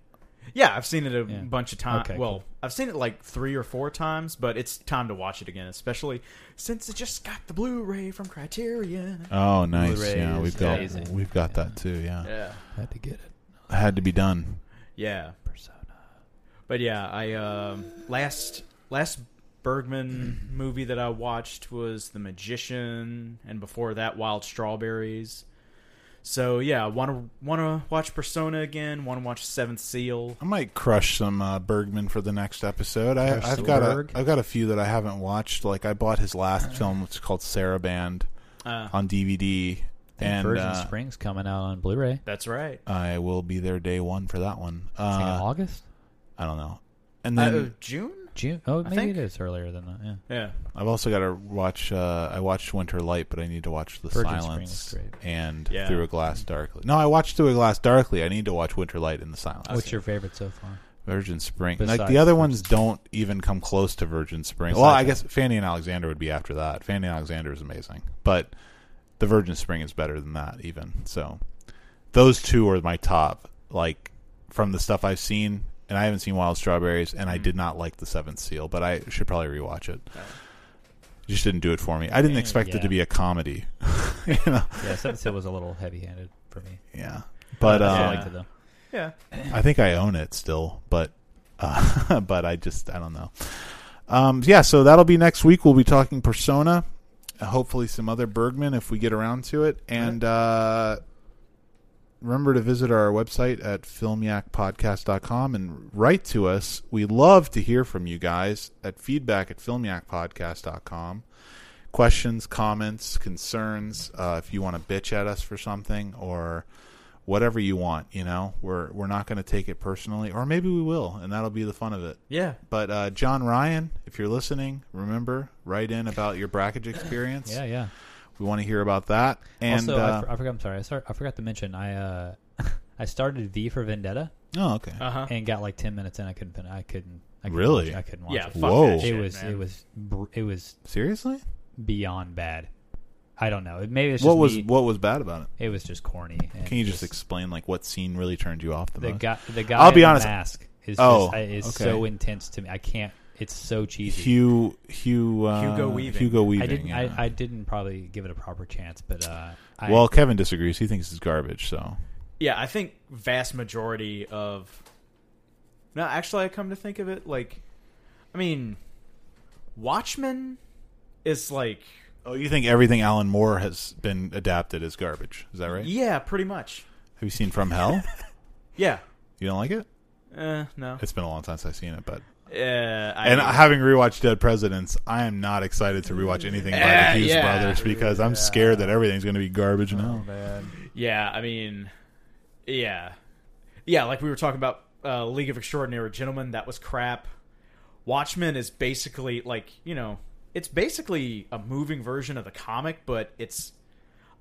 Yeah, I've seen it a Yeah. bunch of times. Okay, well, cool. I've seen it like three or four times, but it's time to watch it again, especially since it just got the Blu-ray from Criterion. Oh, nice! Blu-ray yeah, is we've got amazing. we've got that too. Yeah. Yeah, had to get it. had to be done. yeah. Persona. But yeah, I um last last Bergman movie that I watched was The Magician, and before that, Wild Strawberries. So yeah, want to want to watch Persona again. Want to watch Seventh Seal. I might crush some uh, Bergman for the next episode. I, Crush I've the got Berg. Uh-huh. a I've got a few that I haven't watched. Like I bought his last film, which is called Saraband, Uh, on DVD, and Virgin uh, Springs coming out on Blu-ray. that's right. I will be there day one for that one. I think in Uh, August, I don't know. And Uh, then June. June. Oh, maybe think- it is earlier than that. Yeah. Yeah. I've also got to watch. Uh, I watched Winter Light, but I need to watch The Virgin Silence Spring is great. and Yeah. Through a Glass Darkly. No, I watched Through a Glass Darkly. I need to watch Winter Light and The Silence. What's your favorite so *laughs* far? Virgin Spring? Besides like the other Virgin ones don't even come close to Virgin Spring. Besides well, I that. guess Fanny and Alexander would be after that. Fanny and Alexander is amazing, but the Virgin Spring is better than that even. So those two are my top. Like from the stuff I've seen, and I haven't seen Wild Strawberries, and I did not like The Seventh Seal, but I should probably rewatch it. It Just didn't do it for me. I didn't Eh, expect it yeah. to be a comedy. *laughs* you know? Yeah, Seven Seal was a little heavy-handed for me. Yeah. But I um, still Yeah. liked it though. Yeah. I think I own it still, but uh, *laughs* but I just I don't know. Um, yeah, so that'll be next week. We'll be talking Persona, uh, hopefully some other Bergman if we get around to it, and uh, remember to visit our website at filmyakpodcast.com and write to us. We love to hear from you guys at feedback at filmyakpodcast.com. Questions, comments, concerns. Uh, if you want to bitch at us for something or whatever you want, you know, we're we're not going to take it personally, or maybe we will, and that'll be the fun of it. Yeah. But uh, John Ryan, if you're listening, remember write in about your bracket experience. Yeah, yeah. We want to hear about that. And also, I, uh, for, I forgot. I'm sorry. I, start, I forgot to mention. I uh, *laughs* I started V for Vendetta oh, okay. Uh huh. and got like ten minutes in. I couldn't. fin- I couldn't. I couldn't Really? watch- I couldn't watch Yeah. it. Fuck Whoa. That It shit, it was. man. It was. br- It was Seriously? beyond bad. I don't know. It- Maybe it's just What was me. what was bad about it? it was just corny. and Can you just explain like what scene really turned you off the, the most? guy? The guy. I'll in be the honest. Mask is Oh, just, is okay. so intense to me. I can't. It's so cheesy. Hugh Hugh uh, Hugo Weaving. Hugo Weaving. I didn't. yeah. I, I didn't probably give it a proper chance, but uh, I, well, Kevin disagrees. He thinks it's garbage. So Yeah, I think vast majority of. No, actually, I come to think of it, like, I mean, Watchmen is like, oh, you think everything Alan Moore has been adapted is garbage? Is that right? yeah, pretty much, Have you seen From Hell? *laughs* yeah. you don't like it? Uh, no, It's been a long time since I've seen it, but uh, I and having rewatched Dead Presidents, I am not excited to rewatch anything by Yeah, the Hughes yeah. brothers because I'm scared that everything's going to be garbage now. man. Yeah, I mean, yeah, yeah. Like we were talking about uh, League of Extraordinary Gentlemen, that was crap. Watchmen is basically like you know, it's basically a moving version of the comic, but it's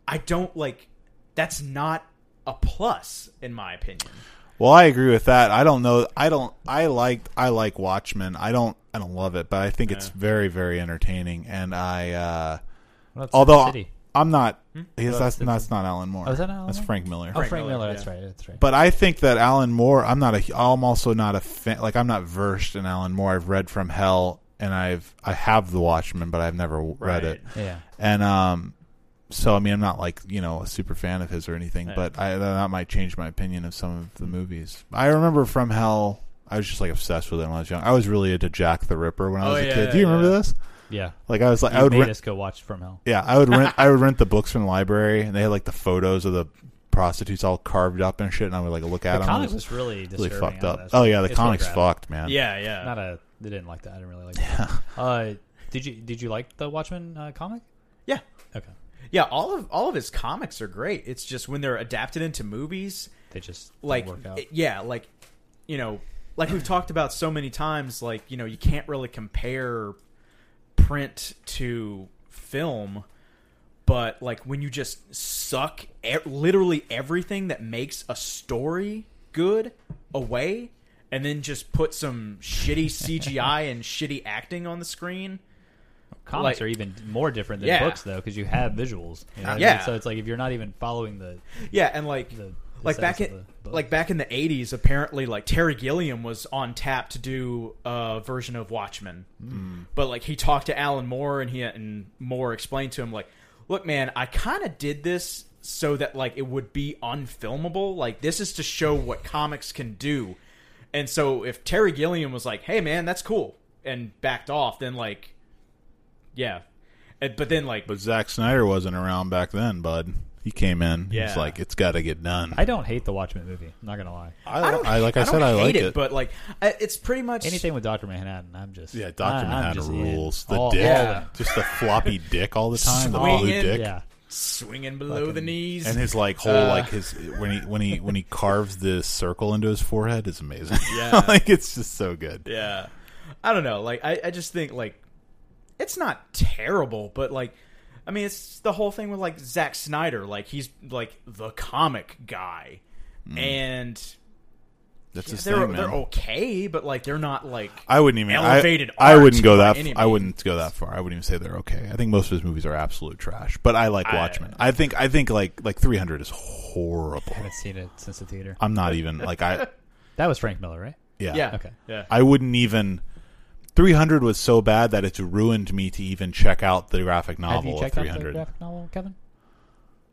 I don't like that's not a plus in my opinion. Well, I agree with that. I don't know. I don't. I liked. I like Watchmen. I don't. I don't love it, but I think it's Yeah. very, very entertaining. And I, uh, Well, that's although Sin City. Hmm? I'm not. Yes, Well, that's that's different. that's not Alan Moore. Oh, is that not Alan that's Moore? Frank Miller. oh, Frank, Frank Miller. Miller, That's yeah. right. That's right. But I think that Alan Moore, I'm not a, I'm also not a fan. Like I'm not versed in Alan Moore. I've read From Hell, and I've I have The Watchmen, but I've never read it. yeah. And um, so I mean, I'm not like you know a super fan of his or anything, Yeah. but I, that might change my opinion of some of the movies. I remember From Hell. I was just like obsessed with it when I was young. I was really into Jack the Ripper when I Oh, was a yeah, kid. yeah, Do you remember yeah. this? Yeah. Like I was like You I would made rent, us go watch From Hell. yeah I would *laughs* rent I would rent the books from the library, and they had like the photos of the prostitutes all carved up and shit, and I would like look at the them. comic It was really really disturbing. fucked I up. was- Oh yeah, the it's really comics graphic. fucked, man. Yeah, yeah. Um, Not a. They didn't like that. I didn't really like. that. Uh, did you Did you like the Watchmen uh, comic? yeah. Okay. Yeah, all of all of his comics are great. It's just when they're adapted into movies, They just didn't like work out. it- yeah like you know like we've talked about so many times like you know you can't really compare print to film but like when you just suck e- literally everything that makes a story good away and then just put some shitty CGI and shitty acting on the screen Comics like- are even more different than Yeah. books though, because you have visuals. you know what I mean? Yeah. So it's like if you're not even following the yeah and like the, the like sense back of in the book. like back in the 80s apparently like terry gilliam was on tap to do a version of watchmen Hmm. but like he talked to alan moore and he and moore explained to him like look man i kind of did this so that like it would be unfilmable like this is to show what comics can do and so if terry gilliam was like hey man that's cool and backed off then like yeah And- but then like But Zack Snyder wasn't around back then, bud. He came in. Yeah. Yeah. He's like, it's got to get done. I don't hate the Watchmen movie. I'm not gonna lie. I, I don't. I- like I, don't said, I like hate it, but like, I, it's pretty much Anything with Doctor Manhattan, I'm just Yeah, Doctor I- I'm Manhattan just in. rules. The All- dick, all *laughs* of yeah. it. just the floppy dick all the time, the Swinging. blue dick, Yeah, swinging below the Fucking- knees and his like whole Uh. like his when he when he when he carves the circle into his forehead is amazing. Yeah. *laughs* like it's just so good. *laughs* Yeah. I don't know. Like I, I just think like it's not terrible, but like I mean it's the whole thing with like Zack Snyder. Like he's like the comic guy. Mm. And That's his they're thing, man. they're okay, but like they're not like I wouldn't even I- Elevated I, art wouldn't go by that. any f- I means. wouldn't go that far. I wouldn't even say they're okay. I think most of his movies are absolute trash. But I like I- Watchmen. I think I think like like 300 is horrible. I haven't seen it since the theater. I'm not even like *laughs* I That was Frank Miller, right? yeah. yeah. Okay. Yeah. I wouldn't even. 300 was so bad that it's ruined me to even check out the graphic Have novel you of checked out the 300. graphic novel, Kevin?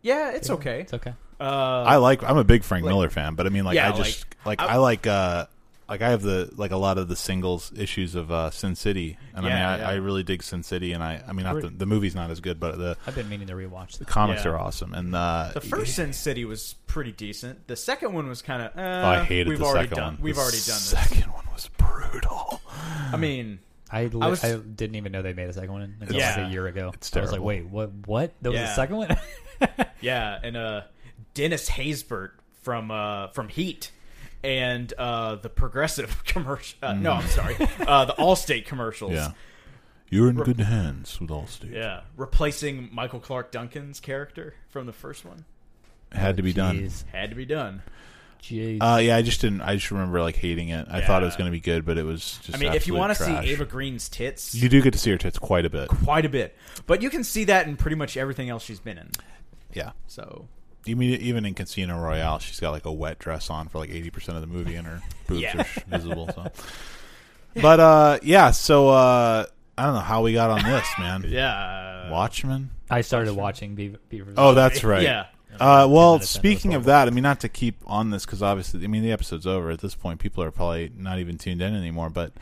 Yeah, it's okay. It's okay. Uh I like I'm a big Frank Miller fan, but I mean like Yeah, I just like, like, I, I- like uh like I have the like a lot of the singles issues of uh Sin City, and Yeah, I mean I, yeah. I really dig Sin City, and I I mean not the, Really? the movie's not as good, but the I've been meaning to rewatch the. comics Yeah. are awesome, and uh, the first Sin City was pretty decent. The second one was kind of. Uh, oh, I hated we've the already second done, one. We've The already done this. Second one was brutal. I mean, I, li- I, I was- didn't even know they made a second one until Yeah. like a year ago. It's I was like, terrible. wait, what? What? There was a Yeah. second one? Yeah, and uh, Dennis Haysbert from uh, from Heat and uh, the Progressive *laughs* commercial. Uh, No, I'm sorry, uh, the Allstate commercials. Mm. Yeah, *laughs* you're in good hands with Allstate. Yeah, replacing Michael Clark Duncan's character from the first one It had *laughs* to be done. Jeez. had to be done. jeez. Uh, yeah, I just didn't. I just remember like hating it. I thought it was Yeah. going to be good, but it was just. I mean, if you want to see trash. Ava Green's tits, you do get to see her tits quite a bit. quite a bit, but you can see that in pretty much everything else she's been in. Yeah, So you mean even in Casino Royale, she's got like a wet dress on for like eighty percent of the movie, and her boobs *laughs* Yeah. are sh- visible. So, *laughs* but uh, yeah. So uh, I don't know how we got on this, man. *laughs* yeah, Watchmen. I started watching Beaver. Beaver's Oh, that's right. Yeah. Uh, well, minutes into the speaking of that, I mean, not to keep on this because obviously, I mean, the episode's over at this point. People are probably not even tuned in anymore. But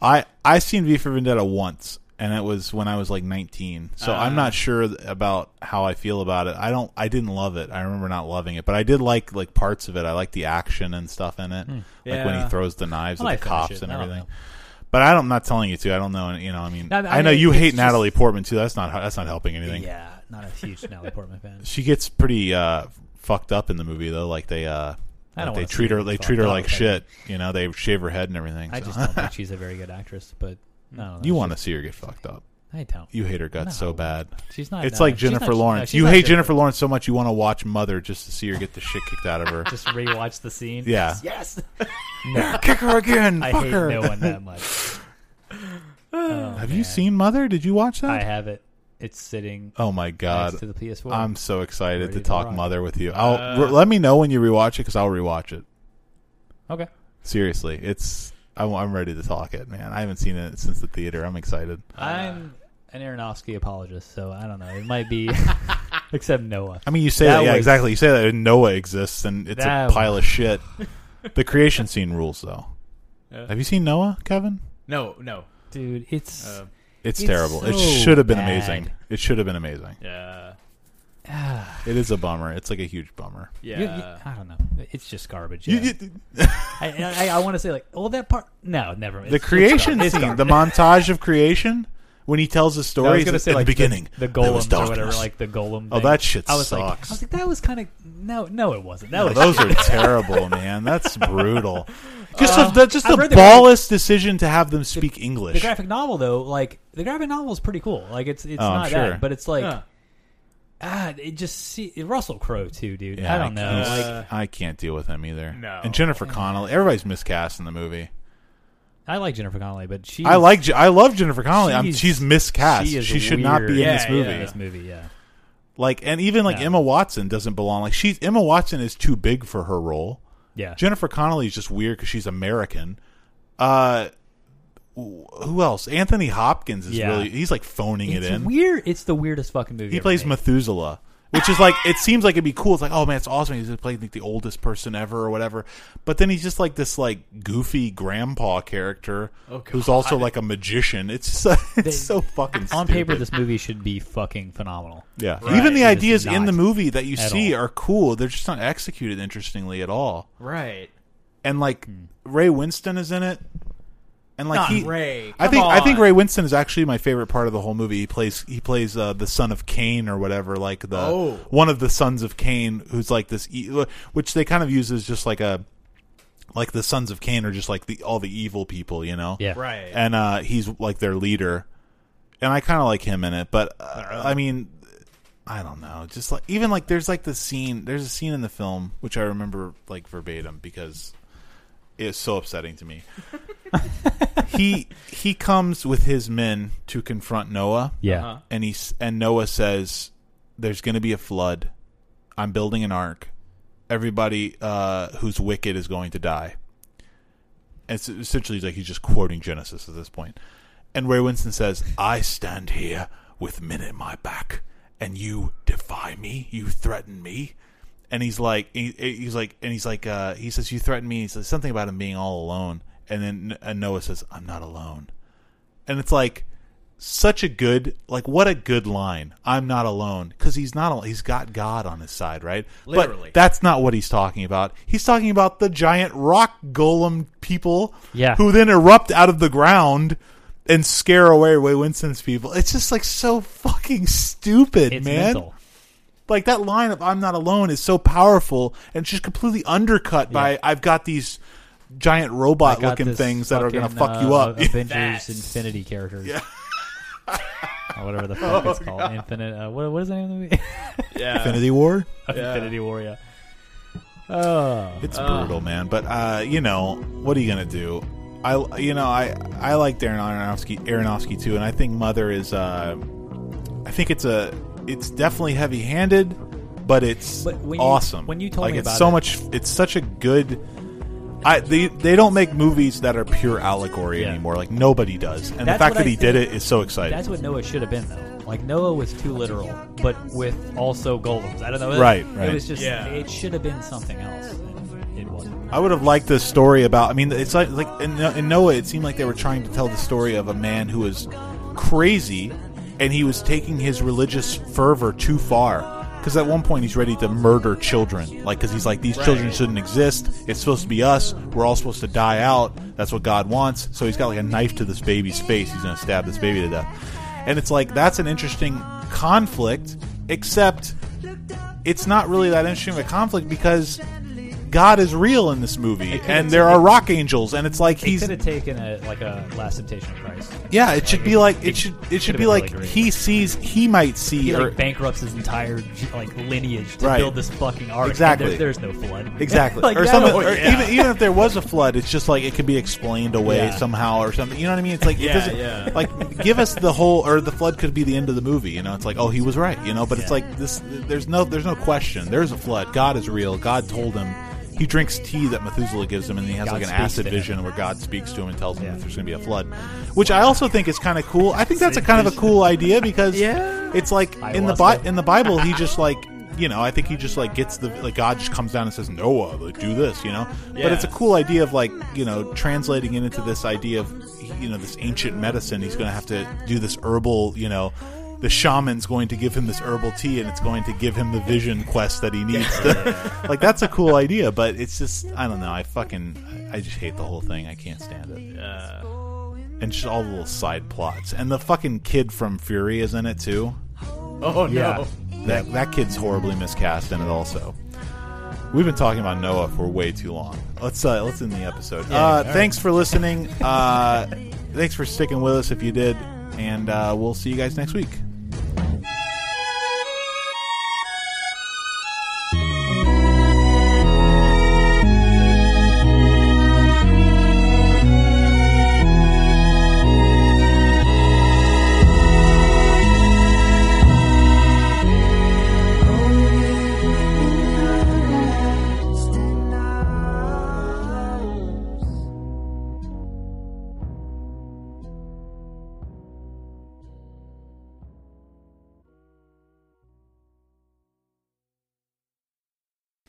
I I seen V for Vendetta once, and it was when I was like 19. So Ah. I'm not sure th- about how I feel about it. I don't. I didn't love it. I remember not loving it, but I did like like parts of it. I like the action and stuff in it, like when Yeah. he throws the knives Hmm. at I might the finish cops it. and I don't everything. know. But I don't, I'm not telling you to. I don't know. You know, I mean, No, I, I know mean, you it's hate just- Natalie Portman too. That's not that's not helping anything Yeah, not a huge Natalie Portman fan. she gets pretty uh, fucked up in the movie though. Like they, uh, like I don't they wanna treat see her, her they fucked treat her up, like I shit. You know, they shave her head and everything. I so. Mm. *laughs* just don't think she's a very good actress, but I don't know. you She- want to see her get fucked up. I don't. You hate her guts No. so bad. She's not. It's no, like she's Jennifer not- no, Lawrence. she's you not hate Jennifer Lawrence so much you want to watch Mother just to see her get the shit kicked out of *laughs* her. *laughs* Just rewatch the scene. *laughs* yeah, yes. Yeah, *laughs* kick her again. I fuck hate her. no one *laughs* that much. Oh, Have you man. seen Mother? Did you watch that? I have it. It's sitting oh my god. next to the PS4. I'm so excited Ready to to talk rock. Mother with you. I'll Uh, re- let me know when you rewatch it because I'll rewatch it. okay. Seriously, it's I'm, I'm ready to talk it, man. I haven't seen it since the theater. I'm excited. I'm an Aronofsky apologist, so I don't know. It might *laughs* be, *laughs* except Noah. I mean, you say that, That yeah, was- exactly. You say that and Noah exists, and it's That a pile of *laughs* shit. the creation scene rules, though. Yeah. Have you seen Noah, Kevin? *laughs* No, no. Dude, it's *sighs* Uh, It's, It's terrible. it so should have been bad. amazing. It should have been amazing. yeah, It is a bummer. It's like a huge bummer. yeah. you- you- I don't know. It's just garbage. Yeah. You- *laughs* you- I, I, I want to say like, well, that part. No, never. It's- the it's creation garbage. It's scene, garbage. the montage of creation when he tells the No, I story was gonna it's say at like the beginning. the, the there was golems or whatever, darkness. like the golem. Oh, thing. that shit I was like, sucks. I was like, that was kind of no, no, it wasn't. That No, was those are terrible, man. That's brutal. Just Uh, the, the- just the I've read the graphic- ballest decision to have them speak English. the graphic novel though. Like the graphic novel is pretty cool. Like it's it's Oh, I'm not sure. that, but it's like Huh. ah, it just see Russell Crowe too, dude. Yeah, I don't know. can't- like I can't deal with him either. No. And Jennifer Connelly, everybody's miscast in the movie. I like Jennifer Connelly, but she I like, Je- I love Jennifer Connelly. I'm, She's- she's miscast. she She, is should not be in weird. this Yeah, movie. yeah. this movie. Yeah, Like, and even like No. Emma Watson doesn't belong. Like, she's Emma Watson is too big for her role. yeah. Jennifer Connelly is just weird because she's American. Uh, wh- who else? Anthony Hopkins is Yeah. really he's like phoning it's it in. weird. It's the weirdest fucking movie. He ever plays made. Methuselah, which is like it seems like it'd be cool. It's like, oh man, it's awesome. He's playing like the oldest person ever or whatever. But then he's just like this like goofy grandpa character Oh, who's God. also like a magician. It's just, *laughs* it's They- so fucking on paper. stupid. This movie should be fucking phenomenal. yeah. Right. Even the It is ideas in not the movie that you at see all. are cool. They're just not executed interestingly at all. Right. And like Ray Winston is in it. And like Not he, Ray. I Come think I think on. Ray Winston is actually my favorite part of the whole movie. He plays he plays uh, the son of Cain or whatever, like the Oh. one of the sons of Cain, who's like this, e- which they kind of use as just like a like the sons of Cain are just like the all the evil people, you know? Yeah, Right. And uh, he's like their leader, and I kind of like him in it, but uh, I mean, I don't know. Just like even like there's like the scene, there's a scene in the film which I remember like verbatim because it's so upsetting to me he he comes with his men to confront Noah, Yeah, Uh-huh. and he s- and Noah says, "There's going to be a flood. I'm building an ark. Everybody uh, who's wicked is going to die." And it's essentially like he's just quoting Genesis at this point. And Ray Winston says, "I stand here with men at my back, and you defy me. You threaten me." And he's like, he, he's like, and he's like, uh, he says, "You threaten me." He says something about him being all alone. And then and Noah says, "I'm not alone." and it's like such a good like what a good line i'm not alone because he's not al- he's got god on his side right Literally. but that's not what he's talking about he's talking about the giant rock golem people Yeah. who then erupt out of the ground and scare away way winston's people it's just like so fucking stupid it's man mental. like that line of "I'm not alone" is so powerful and just completely undercut by "I've got these giant I robot got looking this things that are going to fucking, fuck you uh, up." *laughs* Avengers That's- Infinity characters. *laughs* or whatever the fuck Oh, it's called. *laughs* Infinite. Uh, what, what is the name of the movie? Yeah. Infinity War. Infinity War, yeah. Oh. It's brutal, man. But uh, you know, what are you gonna do? I you know I I like Darren Aronofsky Aronofsky too, and I think Mother is uh, I think it's a it's definitely heavy handed, but it's But when you- awesome. when you told like me it's about so it- much, it's such a good. I they they don't make movies that are pure allegory Yeah. anymore. Like nobody does, and the That's fact what that I he did think- it is so exciting. That's what Noah should have been though. Like Noah was too literal, but with also golems. I don't know. Right, It right. was just Yeah. it should have been something else. and It wasn't. I would have liked the story about. I mean, it's like like in, in Noah, it seemed like they were trying to tell the story of a man who was crazy, and he was taking his religious fervor too far. Because at one point he's ready to murder children, like because he's like these children shouldn't exist. It's supposed to be us. We're all supposed to die out. That's what God wants. So he's got like a knife to this baby's face. He's gonna stab this baby to death, and it's like that's an interesting conflict. Except it's not really that interesting of a conflict because God is real in this movie, could've and there are taken- rock angels, and it's like He he's could have taken a like a Last Temptation of Christ. yeah. It should be like it it should it should could've be been like really great. he sees he might see He or like bankrupts his entire like lineage to Right. build this fucking ark. and Exactly. there- there's no flood. *laughs* exactly *laughs* Like, or that- something oh, or yeah. even even if there was a flood, it's just like it could be explained away Yeah. somehow or something. You know what I mean? It's like it Yeah, doesn't yeah. like give us the whole or the flood could be the end of the movie. You know, it's like oh he was right. You know, but it's Yeah. like this. There's no there's no question. There's a flood. God is real. God told him. He drinks tea that Methuselah gives him, and he has God like an speaks acid to him. vision where God speaks to him and tells him Yeah. that there's going to be a flood, which I also think is kind of cool. I think that's a kind of a cool idea *laughs* because Yeah. it's like I in the lost Bi- it. in the Bible, he just like you know, I think he just like gets the like God just comes down and says Noah, like, do this, you know. But it's a Yeah. cool idea of like you know translating it into this idea of you know this ancient medicine. He's going to have to do this herbal, you know. The shaman's going to give him this herbal tea, and it's going to give him the vision quest that he needs. To, like that's a cool idea, but it's just I don't know. I fucking I just hate the whole thing. I can't stand it, Uh, and just all the little side plots. And the fucking kid from Fury is in it too. oh no. Yeah. That that kid's horribly miscast in it. Also, we've been talking about Noah for way too long. Let's uh, let's end the episode. uh, Thanks for listening. Uh, thanks for sticking with us if you did, and uh, we'll see you guys next week.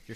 You're